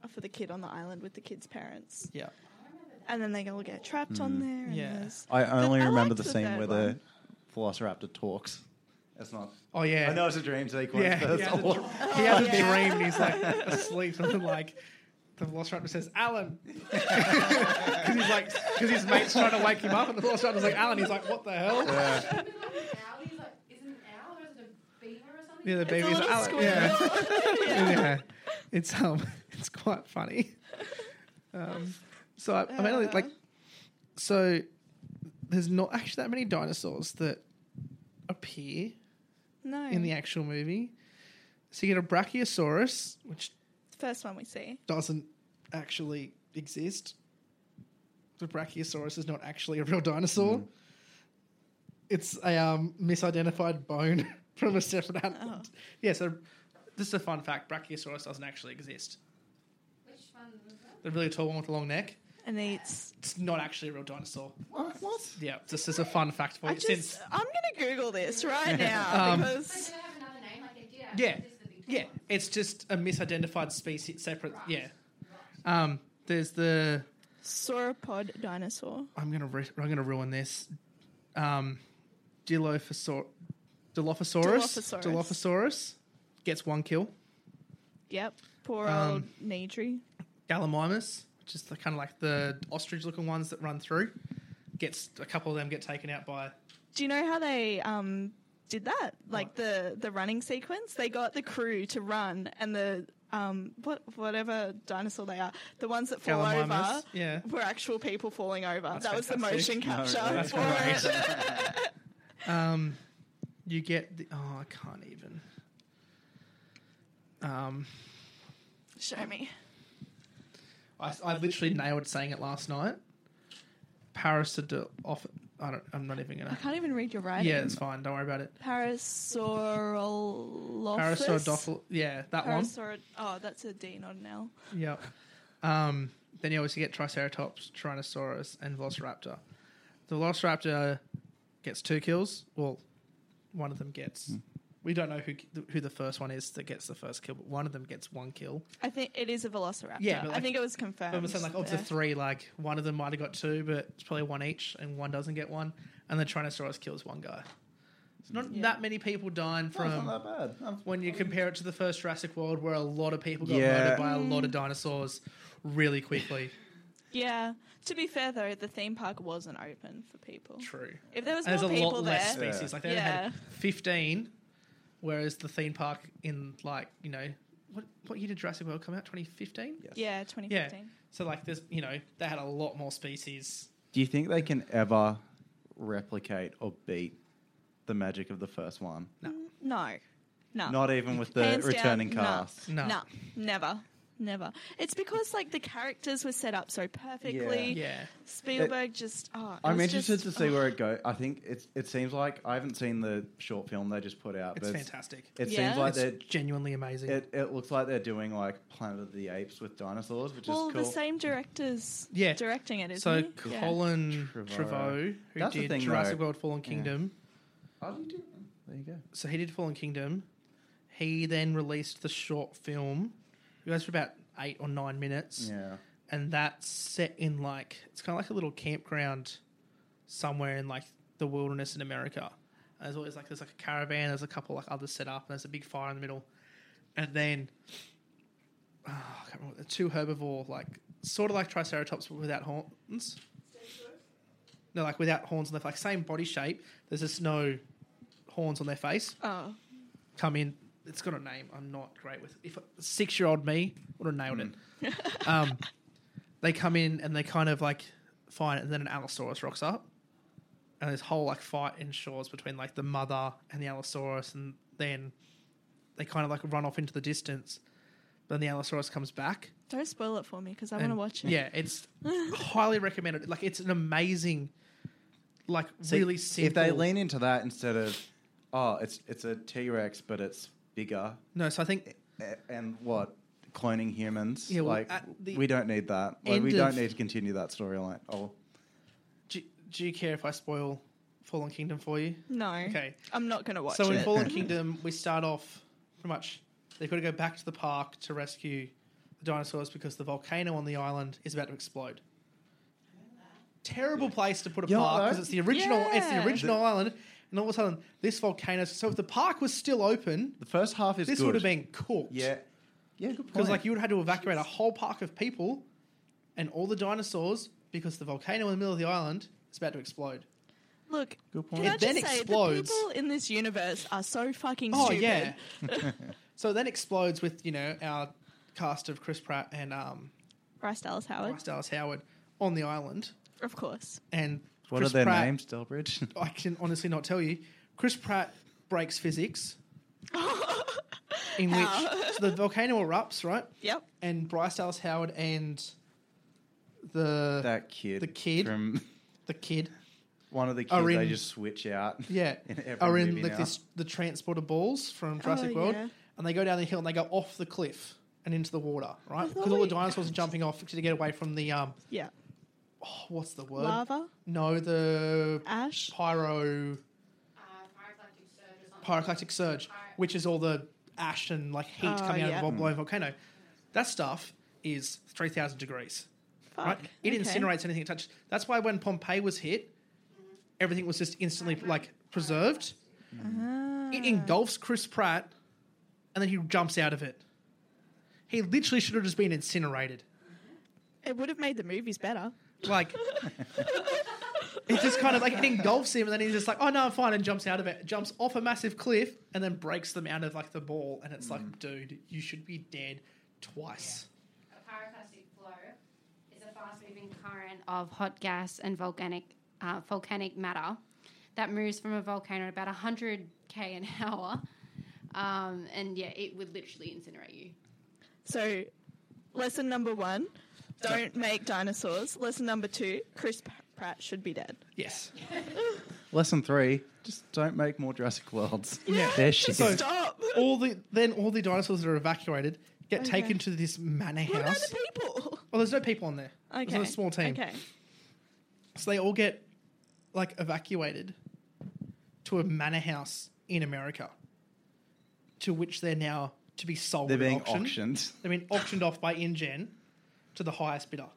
Speaker 1: for the kid on the island with the kid's parents.
Speaker 2: Yeah,
Speaker 1: and then they all get trapped on there. And
Speaker 2: Mm. Yeah.
Speaker 1: there's-
Speaker 3: I only
Speaker 1: I
Speaker 3: remember
Speaker 1: liked the
Speaker 3: the scene
Speaker 1: third
Speaker 3: where the Velociraptor talks. That's not.
Speaker 2: oh yeah.
Speaker 3: I know it's a dream sequence.
Speaker 2: Yeah,
Speaker 3: but that's
Speaker 2: he had, a,
Speaker 3: all.
Speaker 2: dr- he had a
Speaker 1: Oh, yeah.
Speaker 2: dream and he's like asleep and then like the Velociraptor says, Alan. Because he's like, because his mate's trying to wake him up and the Velociraptor's like, Alan. He's like, what the hell?
Speaker 3: Yeah.
Speaker 4: Isn't it like an owl? He's like, is it an owl or is it a beaver or something?
Speaker 2: Yeah, the
Speaker 4: It's
Speaker 2: baby's
Speaker 1: little
Speaker 2: Alan.
Speaker 1: squirrel.
Speaker 2: Yeah. yeah. It's, um, it's quite funny. Um, so, I, I mean, like,
Speaker 1: Uh.
Speaker 2: so there's not actually that many dinosaurs that appear
Speaker 1: no
Speaker 2: in the actual movie. So you get a Brachiosaurus, which
Speaker 1: first one we see.
Speaker 2: doesn't actually exist. The Brachiosaurus is not actually a real dinosaur. It's a um, misidentified bone from a separate
Speaker 1: Oh.
Speaker 2: animal. Yeah, so this is a fun fact Brachiosaurus doesn't actually exist.
Speaker 4: Which one was that?
Speaker 2: The really tall one with a long neck,
Speaker 1: And they eats.
Speaker 2: it's not actually a real dinosaur.
Speaker 3: What? what?
Speaker 2: Yeah, this is a fun fact for
Speaker 1: I
Speaker 2: you.
Speaker 1: just,
Speaker 2: Since,
Speaker 1: I'm gonna Google this right now
Speaker 2: Um,
Speaker 4: But do
Speaker 1: because
Speaker 4: they have another name like they did? actually,
Speaker 2: yeah,
Speaker 4: Just the big
Speaker 2: yeah,
Speaker 4: one.
Speaker 2: it's just a misidentified species, separate.
Speaker 4: Right.
Speaker 2: Yeah.
Speaker 4: Right.
Speaker 2: Um, there's the
Speaker 1: sauropod dinosaur.
Speaker 2: I'm gonna ru- I'm gonna ruin this. Um, Dilophosaur- Dilophosaurus.
Speaker 1: Dilophosaurus.
Speaker 2: Dilophosaurus gets one kill.
Speaker 1: Yep, poor
Speaker 2: Um,
Speaker 1: old Nidri.
Speaker 2: Gallimimus, which is the kind of like the ostrich-looking ones that run through, gets a couple of them get taken out by.
Speaker 1: Do you know how they um did that? Like the the running sequence, they got the crew to run, and the um, what whatever dinosaur they are, the ones that fall
Speaker 2: Gallimimus,
Speaker 1: over
Speaker 2: yeah.
Speaker 1: were actual people falling over. that was the
Speaker 2: fantastic.
Speaker 1: motion capture
Speaker 3: really.
Speaker 1: for it.
Speaker 2: Um, you get the, oh, I can't even. Um,
Speaker 1: Show me.
Speaker 2: I, I literally nailed saying it last night. Paris to off. I don't. I'm not even
Speaker 1: I
Speaker 2: gonna.
Speaker 1: can't even read your writing.
Speaker 2: Yeah, it's fine. Don't worry about it.
Speaker 1: Parasaurolophus.
Speaker 2: Parasaurdophil. Yeah, that one.
Speaker 1: Parasaur- Oh, that's a D, not an L.
Speaker 2: Yep. Um, then you obviously get Triceratops, Tyrannosaurus, and Velociraptor. The Velociraptor gets two kills. Well, one of them gets. We don't know who who the first one is that gets the first kill, but one of them gets one kill.
Speaker 1: I think it is a Velociraptor.
Speaker 2: Yeah, but
Speaker 1: I
Speaker 2: like-
Speaker 1: think it was confirmed.
Speaker 2: But I'm saying like of the
Speaker 1: there.
Speaker 2: three, like one of them might have got two, but it's probably one each, and one doesn't get one. And the Tyrannosaurus kills one guy. It's not
Speaker 1: Yeah.
Speaker 2: that many people dying from
Speaker 3: not that bad.
Speaker 2: when you compare it to the first Jurassic World, where a lot of people got
Speaker 3: Yeah.
Speaker 2: murdered by a lot of dinosaurs really quickly.
Speaker 1: Yeah. To be fair though, the theme park wasn't open for people.
Speaker 2: True.
Speaker 1: If there was
Speaker 2: And
Speaker 1: more
Speaker 2: there's a
Speaker 1: people
Speaker 2: lot
Speaker 1: there,
Speaker 2: less species.
Speaker 3: Yeah.
Speaker 2: Like they only had fifteen, whereas the theme park in like you know what what year did Jurassic World come out? Twenty fifteen.
Speaker 1: yeah, 2015.
Speaker 2: So like there's you know they had a lot more species.
Speaker 3: Do you think they can ever replicate or beat the magic of the first one?
Speaker 1: Mm, No, no,
Speaker 3: Not even with the
Speaker 1: Hands down,
Speaker 3: returning
Speaker 1: no.
Speaker 3: cast.
Speaker 2: No.
Speaker 1: no, never, never. It's because like the characters were set up so perfectly.
Speaker 2: Yeah.
Speaker 1: Spielberg just. Oh, it
Speaker 3: I'm
Speaker 1: was
Speaker 3: interested
Speaker 1: just-
Speaker 3: to see
Speaker 1: oh.
Speaker 3: where it goes. I think it's, it seems like I haven't seen the short film they just put out.
Speaker 2: It's
Speaker 3: but
Speaker 2: fantastic.
Speaker 3: It
Speaker 1: Yeah.
Speaker 3: seems like
Speaker 2: It's
Speaker 3: they're
Speaker 2: genuinely amazing.
Speaker 3: It, it looks like they're doing like Planet of the Apes with dinosaurs, which
Speaker 1: Well,
Speaker 3: is cool.
Speaker 1: the same directors.
Speaker 2: Yeah.
Speaker 1: directing it, isn't
Speaker 2: so
Speaker 1: he? Yeah.
Speaker 2: Colin
Speaker 3: Trevorrow.
Speaker 2: Trevorrow, who
Speaker 3: That's the
Speaker 2: did
Speaker 3: thing, though.
Speaker 2: Jurassic World Fallen Kingdom,
Speaker 3: Oh, you do- There you go.
Speaker 2: so he did Fallen Kingdom. He then released the short film. It goes for about eight or nine minutes.
Speaker 3: Yeah.
Speaker 2: and that's set in like it's kind of like a little campground somewhere in like the wilderness in America. And there's always like there's like a caravan, there's a couple like others set up, and there's a big fire in the middle, and then oh, I can't remember the two herbivore like sort of like Triceratops but without horns. No, like without horns on their like same body shape. There's just no horns on their face.
Speaker 1: Oh,
Speaker 2: Come in. It's got a name. I'm not great with. If six year old me would have nailed it um, they come in and they kind of like find it, and then an Allosaurus rocks up, and this whole like fight ensures between like the mother and the Allosaurus, and then they kind of like run off into the distance. But then the Allosaurus comes back.
Speaker 1: don't spoil it for me because I want to
Speaker 2: and-
Speaker 1: watch it.
Speaker 2: Yeah, it's highly recommended. Like it's an amazing, like
Speaker 3: See,
Speaker 2: really simple.
Speaker 3: If they lean into that instead of, oh, it's it's a T Rex, but it's bigger,
Speaker 2: no, so I think
Speaker 3: a- and what cloning humans?
Speaker 2: Yeah, well,
Speaker 3: like
Speaker 2: at the
Speaker 3: we don't need that. Like, we
Speaker 2: end
Speaker 3: don't
Speaker 2: of-
Speaker 3: need to continue that storyline. Oh,
Speaker 2: do, do you care if I spoil Fallen Kingdom for you?
Speaker 1: No,
Speaker 2: Okay.
Speaker 1: I'm not going to watch
Speaker 2: so
Speaker 1: it.
Speaker 2: in Fallen Kingdom, we start off pretty much they've got to go back to the park to rescue the dinosaurs because the volcano on the island is about to explode. Terrible place to put a
Speaker 3: Yeah,
Speaker 2: park
Speaker 3: though.
Speaker 2: because it's the original. It's
Speaker 1: Yeah.
Speaker 2: the original island, and all of a sudden this volcano. So if the park was still open,
Speaker 3: the first half is
Speaker 2: this
Speaker 3: good.
Speaker 2: would have been cooked.
Speaker 3: yeah, yeah, good point.
Speaker 2: because like you would have had to evacuate a whole park of people and all the dinosaurs because the volcano in the middle of the island is about to explode.
Speaker 1: Look,
Speaker 3: Good
Speaker 1: can
Speaker 3: point.
Speaker 1: I
Speaker 2: It then
Speaker 1: just say
Speaker 2: explodes.
Speaker 1: the people in this universe are so fucking
Speaker 2: Oh
Speaker 1: stupid.
Speaker 2: yeah. so it then explodes with you know our cast of Chris Pratt and um,
Speaker 1: Bryce Dallas Howard,
Speaker 2: Bryce Dallas Howard on the island,
Speaker 1: of course.
Speaker 2: and
Speaker 3: what
Speaker 2: Chris
Speaker 3: are their
Speaker 2: Pratt,
Speaker 3: names, Delbridge?
Speaker 2: I can honestly not tell you. Chris Pratt breaks physics, in which so the volcano erupts, right?
Speaker 1: Yep.
Speaker 2: And Bryce Dallas Howard and the
Speaker 3: that kid,
Speaker 2: The kid.
Speaker 3: from
Speaker 2: the kid,
Speaker 3: one of the
Speaker 2: Are
Speaker 3: kids, they
Speaker 2: in-
Speaker 3: just switch out.
Speaker 2: yeah,
Speaker 3: In every
Speaker 2: are in
Speaker 3: movie
Speaker 2: like
Speaker 3: now.
Speaker 2: this the transporter balls from Jurassic World,
Speaker 1: Oh, yeah.
Speaker 2: and they go down the hill and they go off the cliff and into the water, right?
Speaker 1: thought
Speaker 2: Because all the
Speaker 1: we-
Speaker 2: dinosaurs are jumping off to get away from the um,
Speaker 1: Yeah.
Speaker 2: oh, what's the word?
Speaker 1: Lava,
Speaker 2: No, the
Speaker 1: ash.
Speaker 2: pyro
Speaker 4: Uh, pyroclastic surge or something.
Speaker 2: pyroclastic surge, which is all the ash and like heat
Speaker 1: Oh,
Speaker 2: coming out
Speaker 1: yeah.
Speaker 2: of a blowing volcano. That stuff is three thousand degrees.
Speaker 1: Fuck.
Speaker 2: Right? It
Speaker 1: okay.
Speaker 2: incinerates anything it touches. That's why when Pompeii was hit, everything was just instantly like preserved.
Speaker 1: Ah. Uh.
Speaker 2: It engulfs Chris Pratt, and then he jumps out of it. He literally should have just been incinerated.
Speaker 1: It would have made the movies better.
Speaker 2: Like, it's just kind of like it engulfs him, and then he's just like, "Oh no, I'm fine," and jumps out of it, jumps
Speaker 3: Mm.
Speaker 2: off a massive cliff, and then breaks them out of like the ball, and it's like, dude, you should be dead. twice.
Speaker 4: A pyroclastic flow is a fast-moving current of hot gas and volcanic uh, volcanic matter that moves from a volcano at about 100 k an hour, um, and yeah, it would literally incinerate you.
Speaker 1: So, lesson number one: don't make dinosaurs. Lesson number two: Chris P- Pratt should be dead.
Speaker 2: Yes.
Speaker 3: Lesson three: just don't make more Jurassic Worlds.
Speaker 2: Yeah.
Speaker 3: They're shit.
Speaker 2: So-
Speaker 1: Stop.
Speaker 2: all the then all the dinosaurs that are evacuated get
Speaker 1: Okay.
Speaker 2: taken to this manor
Speaker 1: What about
Speaker 2: house.
Speaker 1: the people?
Speaker 2: Oh, there's no people on there.
Speaker 1: Okay.
Speaker 2: There's a small team.
Speaker 1: Okay.
Speaker 2: So they all get like evacuated to a manor house in America, to which they're now to be sold.
Speaker 3: They're
Speaker 2: at
Speaker 3: being
Speaker 2: auction.
Speaker 3: auctioned.
Speaker 2: They've been auctioned off by InGen to the highest bidder,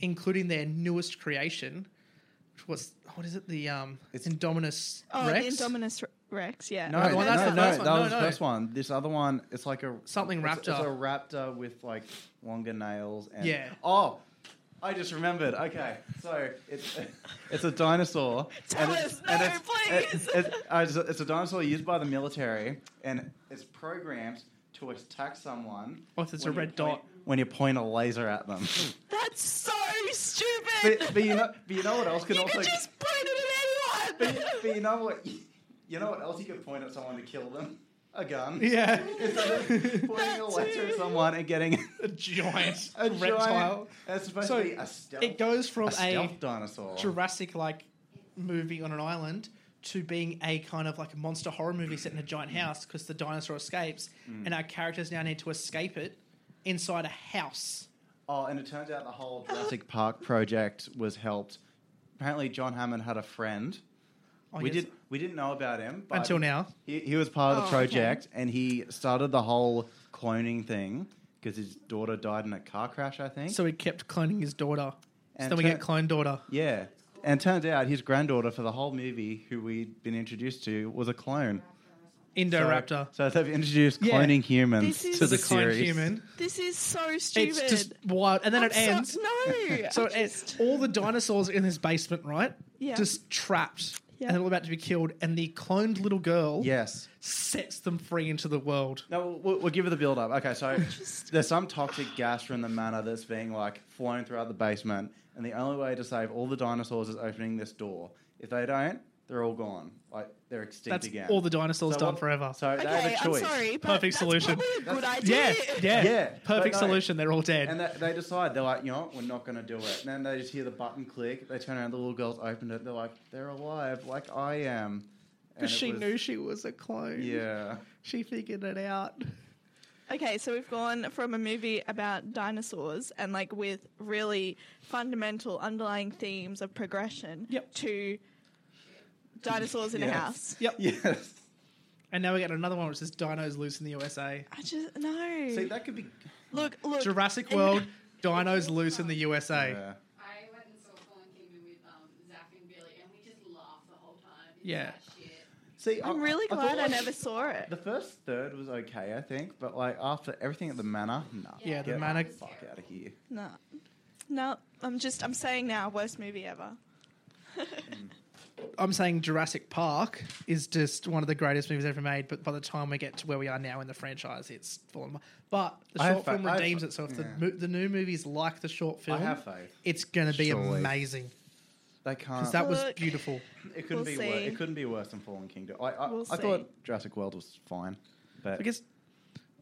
Speaker 2: including their newest creation, which was what is it? The um,
Speaker 3: It's-
Speaker 2: Indominus
Speaker 1: Oh,
Speaker 2: Rex.
Speaker 1: the Indominus Rex. Yeah.
Speaker 3: No,
Speaker 2: Another one? That's
Speaker 3: no,
Speaker 2: the
Speaker 3: no,
Speaker 2: first one.
Speaker 3: that
Speaker 2: No,
Speaker 3: was
Speaker 2: no.
Speaker 3: the first one. This other one, it's like a
Speaker 2: Something
Speaker 3: it's- It's a
Speaker 2: raptor.
Speaker 3: raptor with like longer nails. And,
Speaker 2: Yeah.
Speaker 3: Oh, I just remembered. Okay, so it's it's a dinosaur.
Speaker 1: Tell us. No,
Speaker 3: it's-
Speaker 1: please.
Speaker 3: It's, uh, it's a- it's a dinosaur used by the military, and it's programmed to attack someone.
Speaker 2: Oh, so it's
Speaker 3: when
Speaker 2: a
Speaker 3: you
Speaker 2: red
Speaker 3: point-
Speaker 2: dot.
Speaker 3: When you point a laser at them.
Speaker 1: That's so stupid.
Speaker 3: but, but you know, but you know what else can
Speaker 1: you
Speaker 3: also.
Speaker 1: could just point it at
Speaker 3: but,
Speaker 1: anyone.
Speaker 3: but you know what? You know what else you could point at someone to kill them? A gun.
Speaker 2: Yeah,
Speaker 3: Instead of pointing a
Speaker 1: That's
Speaker 3: laser at
Speaker 1: it.
Speaker 3: someone and getting
Speaker 2: a giant
Speaker 3: a
Speaker 2: reptile.
Speaker 3: giant. It's supposed
Speaker 2: So,
Speaker 3: to be a stealth,
Speaker 2: It goes
Speaker 3: a
Speaker 2: from a,
Speaker 3: stealth dinosaur.
Speaker 2: Jurassic like movie on an island to being a kind of like a monster horror movie set in a
Speaker 3: Mm.
Speaker 2: giant house because the dinosaur escapes and our characters now need to escape it inside a house.
Speaker 3: oh, and it turns out the whole Jurassic Park project was helped. Apparently, John Hammond had a friend.
Speaker 2: I
Speaker 3: we
Speaker 2: guess-
Speaker 3: did. We didn't know about him but
Speaker 2: Oh, until now.
Speaker 3: He, he was part of
Speaker 1: Oh,
Speaker 3: the
Speaker 1: okay.
Speaker 3: project, and he started the whole cloning thing because his daughter died in a car crash, I think.
Speaker 2: So he kept cloning his daughter. So
Speaker 3: And
Speaker 2: then we
Speaker 3: turn-
Speaker 2: get clone daughter.
Speaker 3: yeah. And turns out his granddaughter for the whole movie, who we'd been introduced to, was a clone.
Speaker 2: Indoraptor.
Speaker 3: So, so they've introduced
Speaker 2: Yeah.
Speaker 3: cloning humans
Speaker 1: This is-
Speaker 3: to the
Speaker 2: the clone
Speaker 3: series.
Speaker 2: human.
Speaker 1: this is so stupid.
Speaker 2: It's just wild. And then
Speaker 1: I'm
Speaker 2: it
Speaker 1: so-
Speaker 2: ends.
Speaker 1: no.
Speaker 2: So
Speaker 1: I'm
Speaker 2: it ends. all the dinosaurs in this basement, right?
Speaker 1: Yeah.
Speaker 2: Just trapped.
Speaker 1: Yeah.
Speaker 2: And they're all about to be killed. And the cloned little girl
Speaker 3: Yes.
Speaker 2: sets them free into the world.
Speaker 3: No, we'll, we'll give her the build up. Okay, so there's some toxic gas from the manor that's being like flown throughout the basement, and the only way to save all the dinosaurs is opening this door. If they don't, they're all gone. Like they're extinct
Speaker 2: That's
Speaker 3: again.
Speaker 2: all the dinosaurs
Speaker 3: So
Speaker 2: done
Speaker 3: what-
Speaker 2: forever.
Speaker 3: So they
Speaker 1: okay,
Speaker 3: have a
Speaker 1: I'm
Speaker 3: choice.
Speaker 1: sorry. But
Speaker 2: Perfect
Speaker 1: that's
Speaker 2: solution.
Speaker 1: Probably a good
Speaker 3: That's-
Speaker 1: idea.
Speaker 2: yeah,
Speaker 3: Yeah,
Speaker 2: Perfect
Speaker 3: but no.
Speaker 2: solution. They're all dead.
Speaker 3: And they, they decide they're like, you know, what, we're not going to do it. And then they just hear the button click. They turn around, the little girl's opened it. They're like, they're alive, like I am. And
Speaker 2: Because
Speaker 3: it
Speaker 2: she
Speaker 3: was-
Speaker 2: knew she was a clone.
Speaker 3: Yeah.
Speaker 2: She figured it out.
Speaker 1: Okay, so we've gone from a movie about dinosaurs and like with really fundamental underlying themes of progression
Speaker 2: Yep.
Speaker 1: to dinosaurs in a
Speaker 3: Yes.
Speaker 1: house.
Speaker 2: Yep.
Speaker 3: Yes.
Speaker 2: And now we get another one which is Dinos Loose in the USA.
Speaker 1: I just no.
Speaker 3: See, that could be.
Speaker 1: look,
Speaker 2: Oh,
Speaker 1: look.
Speaker 2: Jurassic World, Dinos Loose in the USA.
Speaker 3: Yeah.
Speaker 4: I went and saw Fallen Kingdom with um, Zach and Billy, and we just laughed the whole time. It was
Speaker 2: Yeah.
Speaker 4: that shit.
Speaker 3: See,
Speaker 1: I'm really
Speaker 3: thought,
Speaker 1: glad I
Speaker 3: like,
Speaker 1: never saw it.
Speaker 3: The first third was okay, I think, but like after everything at the manor, nah.
Speaker 2: Yeah, the
Speaker 3: get
Speaker 2: manor-
Speaker 3: the fuck out of here.
Speaker 1: No, no. I'm just. I'm saying now, worst movie ever.
Speaker 2: I'm saying Jurassic Park is just one of the greatest movies ever made, but by the time we get to where we are now in the franchise, it's fallen apart. But the
Speaker 3: I
Speaker 2: short
Speaker 3: have fa-
Speaker 2: film
Speaker 3: I have
Speaker 2: redeems
Speaker 3: fa-
Speaker 2: itself.
Speaker 3: yeah.
Speaker 2: The, mo- the new movies like the short film.
Speaker 3: I have faith.
Speaker 2: It's going to be
Speaker 3: Surely.
Speaker 2: amazing.
Speaker 3: They
Speaker 2: 'Cause
Speaker 3: can't.
Speaker 2: that was
Speaker 1: Look.
Speaker 2: beautiful.
Speaker 3: it couldn't
Speaker 1: we'll
Speaker 3: be. Wor-
Speaker 1: see.
Speaker 3: it couldn't be worse than Fallen Kingdom. I, I,
Speaker 1: We'll
Speaker 3: I
Speaker 1: see.
Speaker 3: thought Jurassic World was fine, but
Speaker 2: I guess,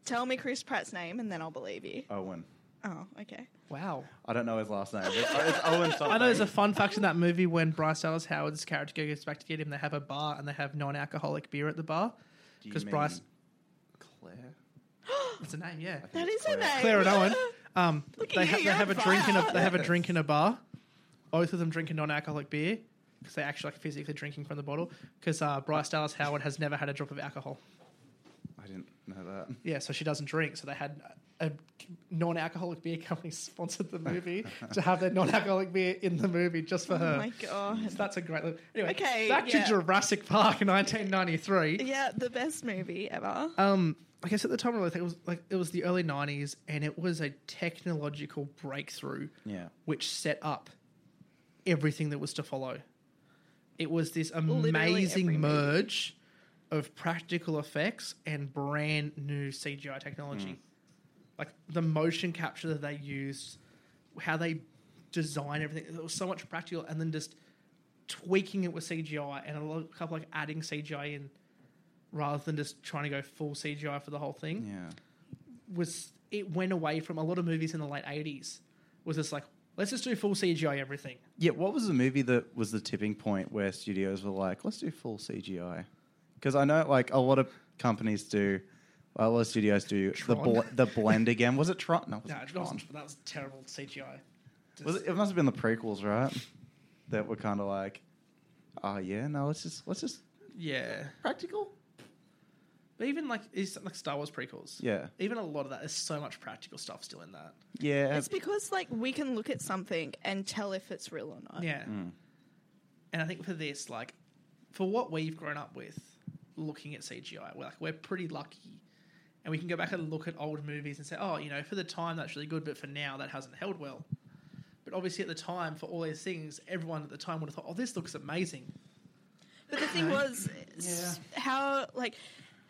Speaker 1: Tell me Chris Pratt's name and then I'll believe you.
Speaker 2: Uh,
Speaker 3: Owen.
Speaker 1: Oh, okay.
Speaker 2: wow.
Speaker 3: I don't know his last name. but It's, it's Owen something.
Speaker 2: I know there's a fun fact in that movie when Bryce Dallas Howard's character goes back to get him. They have a bar and they have non-alcoholic beer at the bar.
Speaker 3: Do you
Speaker 2: 'cause
Speaker 3: mean
Speaker 2: Bryce-
Speaker 3: Claire.
Speaker 2: That's a name, yeah.
Speaker 3: I think
Speaker 1: That
Speaker 3: it's
Speaker 1: is a name.
Speaker 2: Claire and Owen. Um,
Speaker 1: Look at
Speaker 2: they
Speaker 1: you,
Speaker 2: ha- they
Speaker 1: you're
Speaker 2: have a
Speaker 1: on
Speaker 2: drink in a
Speaker 1: fire.
Speaker 2: they have a drink in a bar. Both of them drink a non-alcoholic beer because they're actually like physically drinking from the bottle. Because uh, Bryce Dallas Howard has never had a drop of alcohol.
Speaker 3: I didn't know that.
Speaker 2: Yeah, so she doesn't drink. So they had a non-alcoholic beer company sponsored the movie to have their non-alcoholic beer in the movie just for her.
Speaker 1: Oh my god.
Speaker 2: So that's a great. Look. Anyway,
Speaker 1: Okay,
Speaker 2: back
Speaker 1: yeah.
Speaker 2: to Jurassic Park in 1993.
Speaker 1: Yeah, the best movie ever.
Speaker 2: Um, I guess at the time, I think it was like it was the early 90s, and it was a technological breakthrough
Speaker 3: Yeah.
Speaker 2: which set up everything that was to follow. It was this
Speaker 1: Literally every
Speaker 2: amazing
Speaker 1: movie.
Speaker 2: merge of practical effects and brand new CGI technology.
Speaker 1: Hmm.
Speaker 2: like the motion capture that they used, how they design everything. It was so much practical, and then just tweaking it with CGI and a lo- couple like adding CGI in rather than just trying to go full CGI for the whole thing
Speaker 3: Yeah.
Speaker 2: was it went away from a lot of movies in the late eighties. Was just like let's just do full CGI everything.
Speaker 3: Yeah, what was the movie that was the tipping point where studios were like, let's do full CGI? Because I know, like, a lot of companies do, a lot of studios do
Speaker 2: Tron.
Speaker 3: the bl- the blend again. Was it Tron? No, it
Speaker 2: No,
Speaker 3: wasn't
Speaker 2: it
Speaker 3: Tron.
Speaker 2: wasn't, that was terrible CGI. Just-
Speaker 3: Was it, it must have been the prequels, right? That were kind of like, oh yeah, no, let's just let's just
Speaker 2: yeah,
Speaker 3: practical.
Speaker 2: but even like is like Star Wars prequels.
Speaker 3: Yeah,
Speaker 2: Even a lot of that, there's so much practical stuff still in that.
Speaker 3: yeah.
Speaker 1: It's because like we can look at something and tell if it's real or not.
Speaker 2: Yeah.
Speaker 3: Mm.
Speaker 2: And I think for this, like, for what we've grown up with, looking at CGI, we're like we're pretty lucky, and we can go back and look at old movies and say, oh, you know, for the time that's really good, but for now that hasn't held well. But obviously, at the time, for all these things, everyone at the time would have thought, oh, this looks amazing.
Speaker 1: But the thing was, s- how like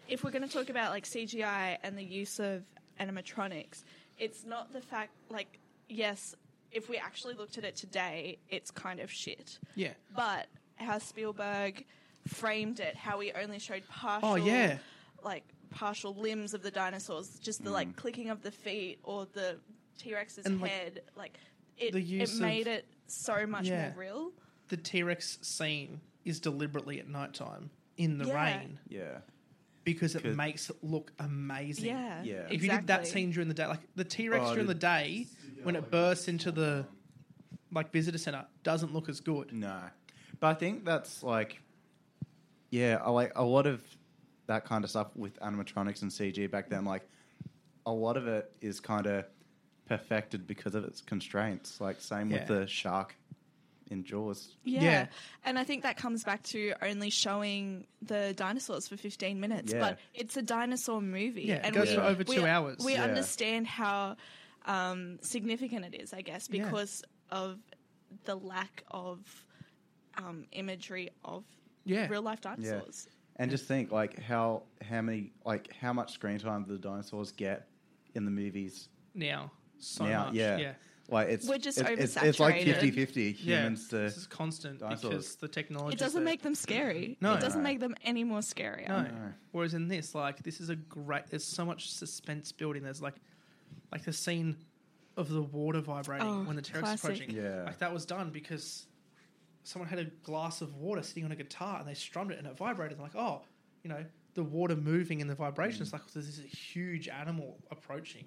Speaker 1: if we're going to talk about like CGI and the use of animatronics, it's not the fact like yes, if we actually looked at it today, it's kind of shit.
Speaker 2: Yeah.
Speaker 1: But how Spielberg framed it, how we only showed partial,
Speaker 2: Oh, yeah.
Speaker 1: like partial limbs of the dinosaurs, just the like clicking of the feet or the T Rex's
Speaker 2: And, like,
Speaker 1: head, like it,
Speaker 2: the
Speaker 1: it
Speaker 2: use of-
Speaker 1: made it so much
Speaker 2: Yeah.
Speaker 1: more real.
Speaker 2: The T Rex scene is deliberately at nighttime in the
Speaker 1: Yeah.
Speaker 2: rain
Speaker 3: yeah,
Speaker 2: because it
Speaker 3: Good.
Speaker 2: makes it look amazing.
Speaker 1: Yeah,
Speaker 3: Yeah.
Speaker 2: If you did that
Speaker 1: exactly.
Speaker 2: scene during the day, like the T Rex
Speaker 3: Oh,
Speaker 2: during the
Speaker 3: dude.
Speaker 2: day, when it bursts into the like visitor center, doesn't look as good.
Speaker 3: no. But I think that's like, yeah, I like a lot of that kind of stuff with animatronics and CG back then. Like, a lot of it is kind of perfected because of its constraints. Like, same
Speaker 2: Yeah.
Speaker 3: with the shark in Jaws.
Speaker 1: Yeah.
Speaker 2: Yeah.
Speaker 1: And I think that comes back to only showing the dinosaurs for 15 minutes,
Speaker 3: Yeah.
Speaker 1: but it's a dinosaur movie.
Speaker 2: Yeah, it
Speaker 1: and
Speaker 2: goes
Speaker 1: we,
Speaker 3: for
Speaker 2: over
Speaker 1: we-
Speaker 2: two hours.
Speaker 1: We
Speaker 3: Yeah.
Speaker 1: understand how um, significant it is, I guess,
Speaker 2: Yeah.
Speaker 1: because of the lack of um, imagery of
Speaker 2: Yeah.
Speaker 1: real life dinosaurs.
Speaker 3: And just think like how how many like how much screen time do the dinosaurs get in the movies
Speaker 2: now. So
Speaker 3: now?
Speaker 2: much.
Speaker 3: yeah.
Speaker 2: Yeah.
Speaker 3: Like it's
Speaker 1: We're just
Speaker 3: it's, it's, it's like
Speaker 1: oversaturated.
Speaker 3: 50-50
Speaker 2: Yeah,
Speaker 3: humans
Speaker 2: This
Speaker 3: to
Speaker 2: is constant
Speaker 3: dinosaurs.
Speaker 2: because the technology.
Speaker 1: It doesn't make them scary.
Speaker 2: No.
Speaker 1: it doesn't
Speaker 3: No.
Speaker 1: make them any more scarier.
Speaker 2: No.
Speaker 3: No.
Speaker 2: Whereas in this, like, this is a great. There's so much suspense building. There's like, like the scene of the water vibrating
Speaker 1: Oh,
Speaker 2: when the terrorist is
Speaker 1: classic.
Speaker 2: approaching.
Speaker 3: Yeah.
Speaker 2: Like that was done because someone had a glass of water sitting on a guitar and they strummed it and it vibrated. They're like, oh, you know, the water moving and the vibrations. Like, this is a huge animal approaching.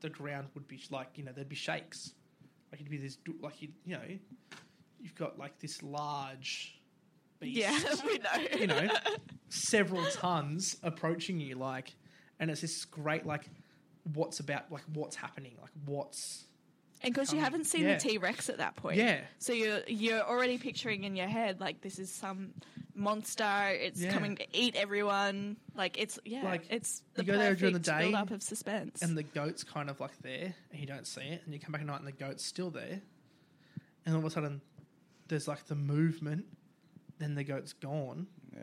Speaker 2: The ground would be like, you know, there'd be shakes. Like it'd be this, du- like you, you know, you've got like this large beast
Speaker 1: Yeah, we know.
Speaker 2: you know, several tons approaching you, like, and it's this great, like, what's about, like, what's happening, like, what's,
Speaker 1: And because you
Speaker 2: Coming.
Speaker 1: haven't seen
Speaker 2: Yeah.
Speaker 1: the T Rex at that point,
Speaker 2: Yeah.
Speaker 1: So you're you're already picturing in your head like this is some monster. It's
Speaker 2: Yeah.
Speaker 1: coming to eat everyone. Like it's yeah,
Speaker 2: Like,
Speaker 1: it's the
Speaker 2: you go there during the
Speaker 1: perfect
Speaker 2: day
Speaker 1: build-up of suspense.
Speaker 2: and the goat's kind of like there, and you don't see it, and you come back at night, and the goat's still there, and all of a sudden, there's like the movement, then the goat's gone,
Speaker 3: yeah.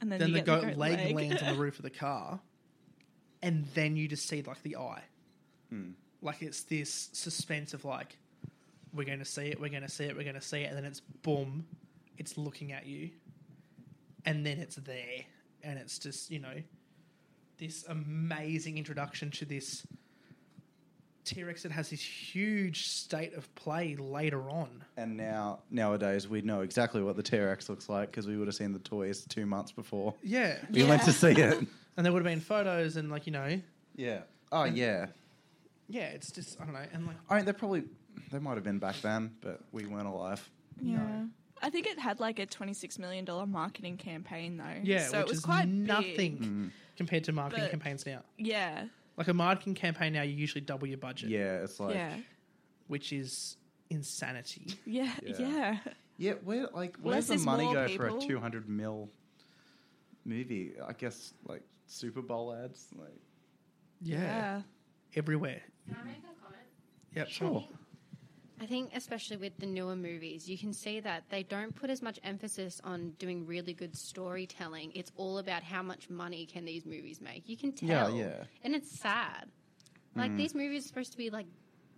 Speaker 1: And
Speaker 2: then
Speaker 1: you
Speaker 2: the
Speaker 1: get
Speaker 2: goat, leg, lands on the roof of the car, and then you just see like the eye, Hmm. like it's this suspense of like, we're going to see it, we're going to see it, we're going to see it, and then it's boom, it's looking at you, and then it's there, and it's just you know, this amazing introduction to this T Rex that has this huge state of play later on.
Speaker 3: And now nowadays we know exactly what the T-Rex looks like because we would have seen the toys 2 months before
Speaker 2: Yeah,
Speaker 3: we went
Speaker 1: Yeah.
Speaker 3: to see it.
Speaker 2: and there would have been photos and like you know,
Speaker 3: yeah. Oh yeah.
Speaker 2: yeah, it's just I don't know, and like.
Speaker 3: I mean, they probably they might have been back then, but we weren't alive.
Speaker 1: yeah.
Speaker 2: No.
Speaker 1: I think it had like a twenty-six million dollar marketing campaign though.
Speaker 2: Yeah,
Speaker 1: so it
Speaker 2: which
Speaker 1: was
Speaker 2: is
Speaker 1: quite
Speaker 2: nothing
Speaker 1: big.
Speaker 3: Mm-hmm.
Speaker 2: compared to marketing
Speaker 1: But-
Speaker 2: campaigns now.
Speaker 1: Yeah,
Speaker 2: Like a marketing campaign now, you usually double your budget,
Speaker 3: Yeah, it's like
Speaker 1: yeah,
Speaker 2: which is insanity.
Speaker 1: yeah,
Speaker 3: Yeah.
Speaker 1: yeah,
Speaker 3: Yeah, where like where
Speaker 1: Less
Speaker 3: does
Speaker 1: is
Speaker 3: the money
Speaker 1: more,
Speaker 3: go for
Speaker 1: people.
Speaker 3: a two hundred mil movie? I guess like Super Bowl ads. Like
Speaker 1: Yeah.
Speaker 2: everywhere.
Speaker 4: Can I make a comment?
Speaker 2: Yep,
Speaker 3: Sure.
Speaker 4: I think, especially with the newer movies, you can see that they don't put as much emphasis on doing really good storytelling. It's all about how much money can these movies make. You can
Speaker 3: Yeah, Mm.
Speaker 4: tell.
Speaker 3: yeah.
Speaker 4: And it's sad. Like these movies are supposed to be like,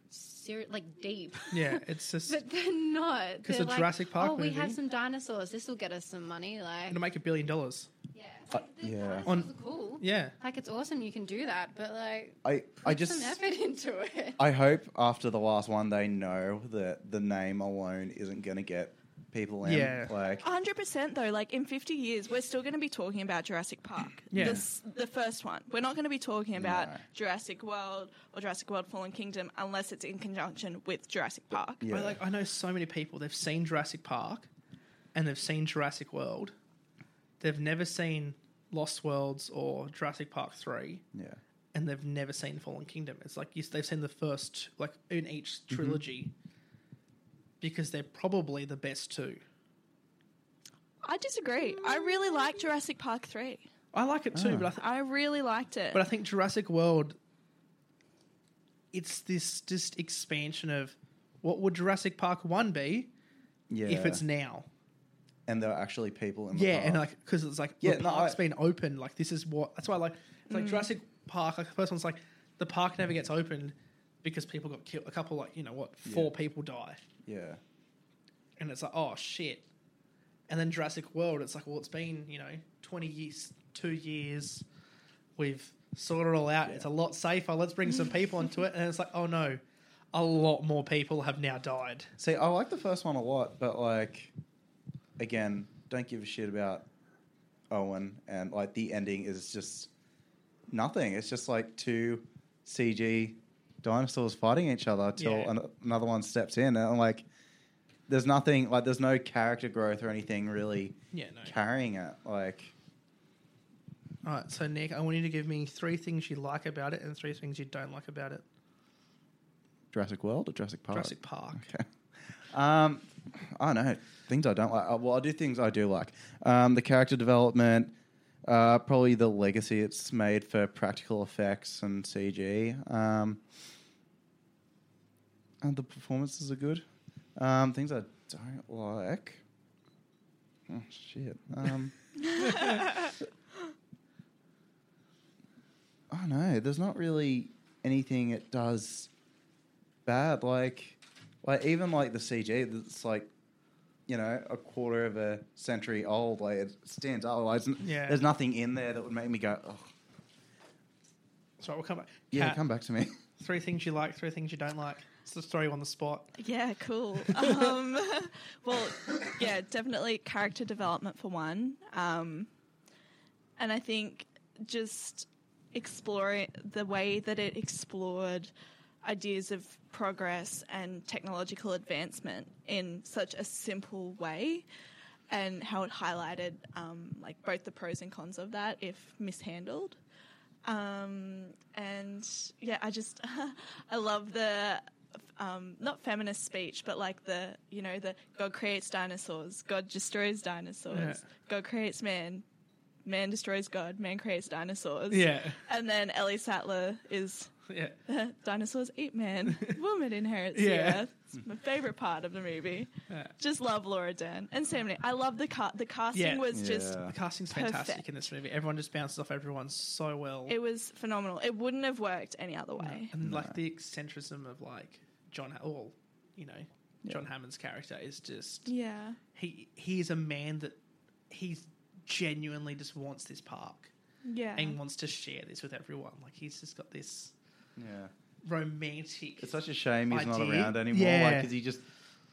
Speaker 4: ser- like deep.
Speaker 2: Yeah, it's just
Speaker 4: But they're not.
Speaker 2: 'Cause
Speaker 4: They're
Speaker 2: a
Speaker 4: like,
Speaker 2: Jurassic Park
Speaker 4: Oh, we
Speaker 2: movie-
Speaker 4: have some dinosaurs. This will get us some money. Like,
Speaker 2: gonna make a billion dollars.
Speaker 4: yeah,
Speaker 3: Uh,
Speaker 4: Like, the
Speaker 3: yeah.
Speaker 4: dinosaurs
Speaker 2: On-
Speaker 4: are cool.
Speaker 2: Yeah,
Speaker 4: Like, it's awesome you can do that, but like,
Speaker 3: I, I
Speaker 4: put
Speaker 3: just
Speaker 4: some effort into it.
Speaker 3: I hope after the last one they know that the name alone isn't going to get people in.
Speaker 2: Yeah.
Speaker 3: Like
Speaker 1: 100% though, like in 50 years, we're still going to be talking about Jurassic Park.
Speaker 2: Yeah.
Speaker 1: This, the first one. We're not going to be talking about
Speaker 3: No.
Speaker 1: Jurassic World or Jurassic World Fallen Kingdom unless it's in conjunction with Jurassic Park.
Speaker 3: Yeah.
Speaker 2: I, like I know so many people. They've seen Jurassic Park, and they've seen Jurassic World. They've never seen Lost Worlds or Jurassic Park Three,
Speaker 3: yeah.
Speaker 2: and they've never seen Fallen Kingdom. It's like you, they've seen the first, like in
Speaker 3: Mm-hmm.
Speaker 2: each trilogy, because they're probably the best two.
Speaker 1: I disagree. I really like Jurassic Park 3.
Speaker 2: I like it too,
Speaker 3: Ah.
Speaker 2: but I th-
Speaker 1: I really liked it.
Speaker 2: But I think Jurassic World, it's this just expansion of what would Jurassic Park One be
Speaker 3: Yeah.
Speaker 2: if it's now?
Speaker 3: and there are actually people in the
Speaker 2: Yeah,
Speaker 3: park.
Speaker 2: and like because it's like
Speaker 3: Yeah,
Speaker 2: the
Speaker 3: no,
Speaker 2: park's
Speaker 3: I-
Speaker 2: been open. Like this is what that's why like it's like Jurassic Park. Like the first one's like the park never gets opened because people got killed. A couple like you know what four people die,
Speaker 3: yeah.
Speaker 2: and it's like oh shit. And then Jurassic World, it's like well it's been you know twenty years, two years. We've sorted it all out. It's a lot safer. Let's bring some people into it, and it's like oh no, a lot more people have now died.
Speaker 3: See, I like the first one a lot, but like, again, don't give a shit about Owen. And like, the ending is just nothing. It's just like two CG dinosaurs fighting each other till
Speaker 2: Yeah.
Speaker 3: an- another one steps in. And I'm like, there's nothing, like, there's no character growth or anything really
Speaker 2: Yeah, no.
Speaker 3: carrying it. Like,
Speaker 2: All right, so Nick, I want you to give me three things you like about it and three things you don't like about it.
Speaker 3: Jurassic World or Jurassic Park?
Speaker 2: Jurassic Park.
Speaker 3: Okay. Um, I don't know things I don't like. Uh, Well, I do things I do like. Um, the character development, uh, probably the legacy it's made for practical effects and CG. Um, and the performances are good. Um, things I don't like. Oh shit. Um, I don't know. There's not really anything it does bad. Like, like even like the CG that's like, you know, a quarter of a century old. Like it stands out. Like, it's n-
Speaker 2: Yeah.
Speaker 3: There's nothing in there that would make me go, oh,
Speaker 2: So we'll come back.
Speaker 3: yeah,
Speaker 2: Kat,
Speaker 3: come back to me.
Speaker 2: Three things you like, three things you don't like. Let's just throw you on the spot.
Speaker 1: Yeah, cool. Um, well, yeah, definitely character development for one. Um, and I think just exploring the way that it explored ideas of progress and technological advancement in such a simple way and how it highlighted um, like both the pros and cons of that if mishandled um, and yeah i just i love the um, not feminist speech but like the you know the god creates dinosaurs god destroys dinosaurs
Speaker 2: Yeah.
Speaker 1: god creates man man destroys god man creates dinosaurs
Speaker 2: Yeah.
Speaker 1: and then ellie sattler is
Speaker 2: Yeah.
Speaker 1: dinosaurs eat man woman inherits
Speaker 2: Yeah.
Speaker 1: the earth it's my favorite part of the movie just love laura dern and sam Neill. i love the ca- the casting
Speaker 2: Yeah.
Speaker 1: was just
Speaker 3: Yeah.
Speaker 2: The casting's fantastic
Speaker 1: Perfect.
Speaker 2: in this movie. Everyone just bounces off everyone so well.
Speaker 1: it was phenomenal it wouldn't have worked any other way
Speaker 2: and like the eccentricism of like John Ha- well, you know, John Hammond's character is just
Speaker 1: yeah
Speaker 2: he he is a man that he's genuinely just wants this park
Speaker 1: yeah
Speaker 2: and wants to share this with everyone. Like he's just got this
Speaker 3: Yeah.
Speaker 2: romantic
Speaker 3: It's such a shame he's not
Speaker 2: Idea.
Speaker 3: around anymore. Like 'cause
Speaker 2: Yeah.
Speaker 3: because he just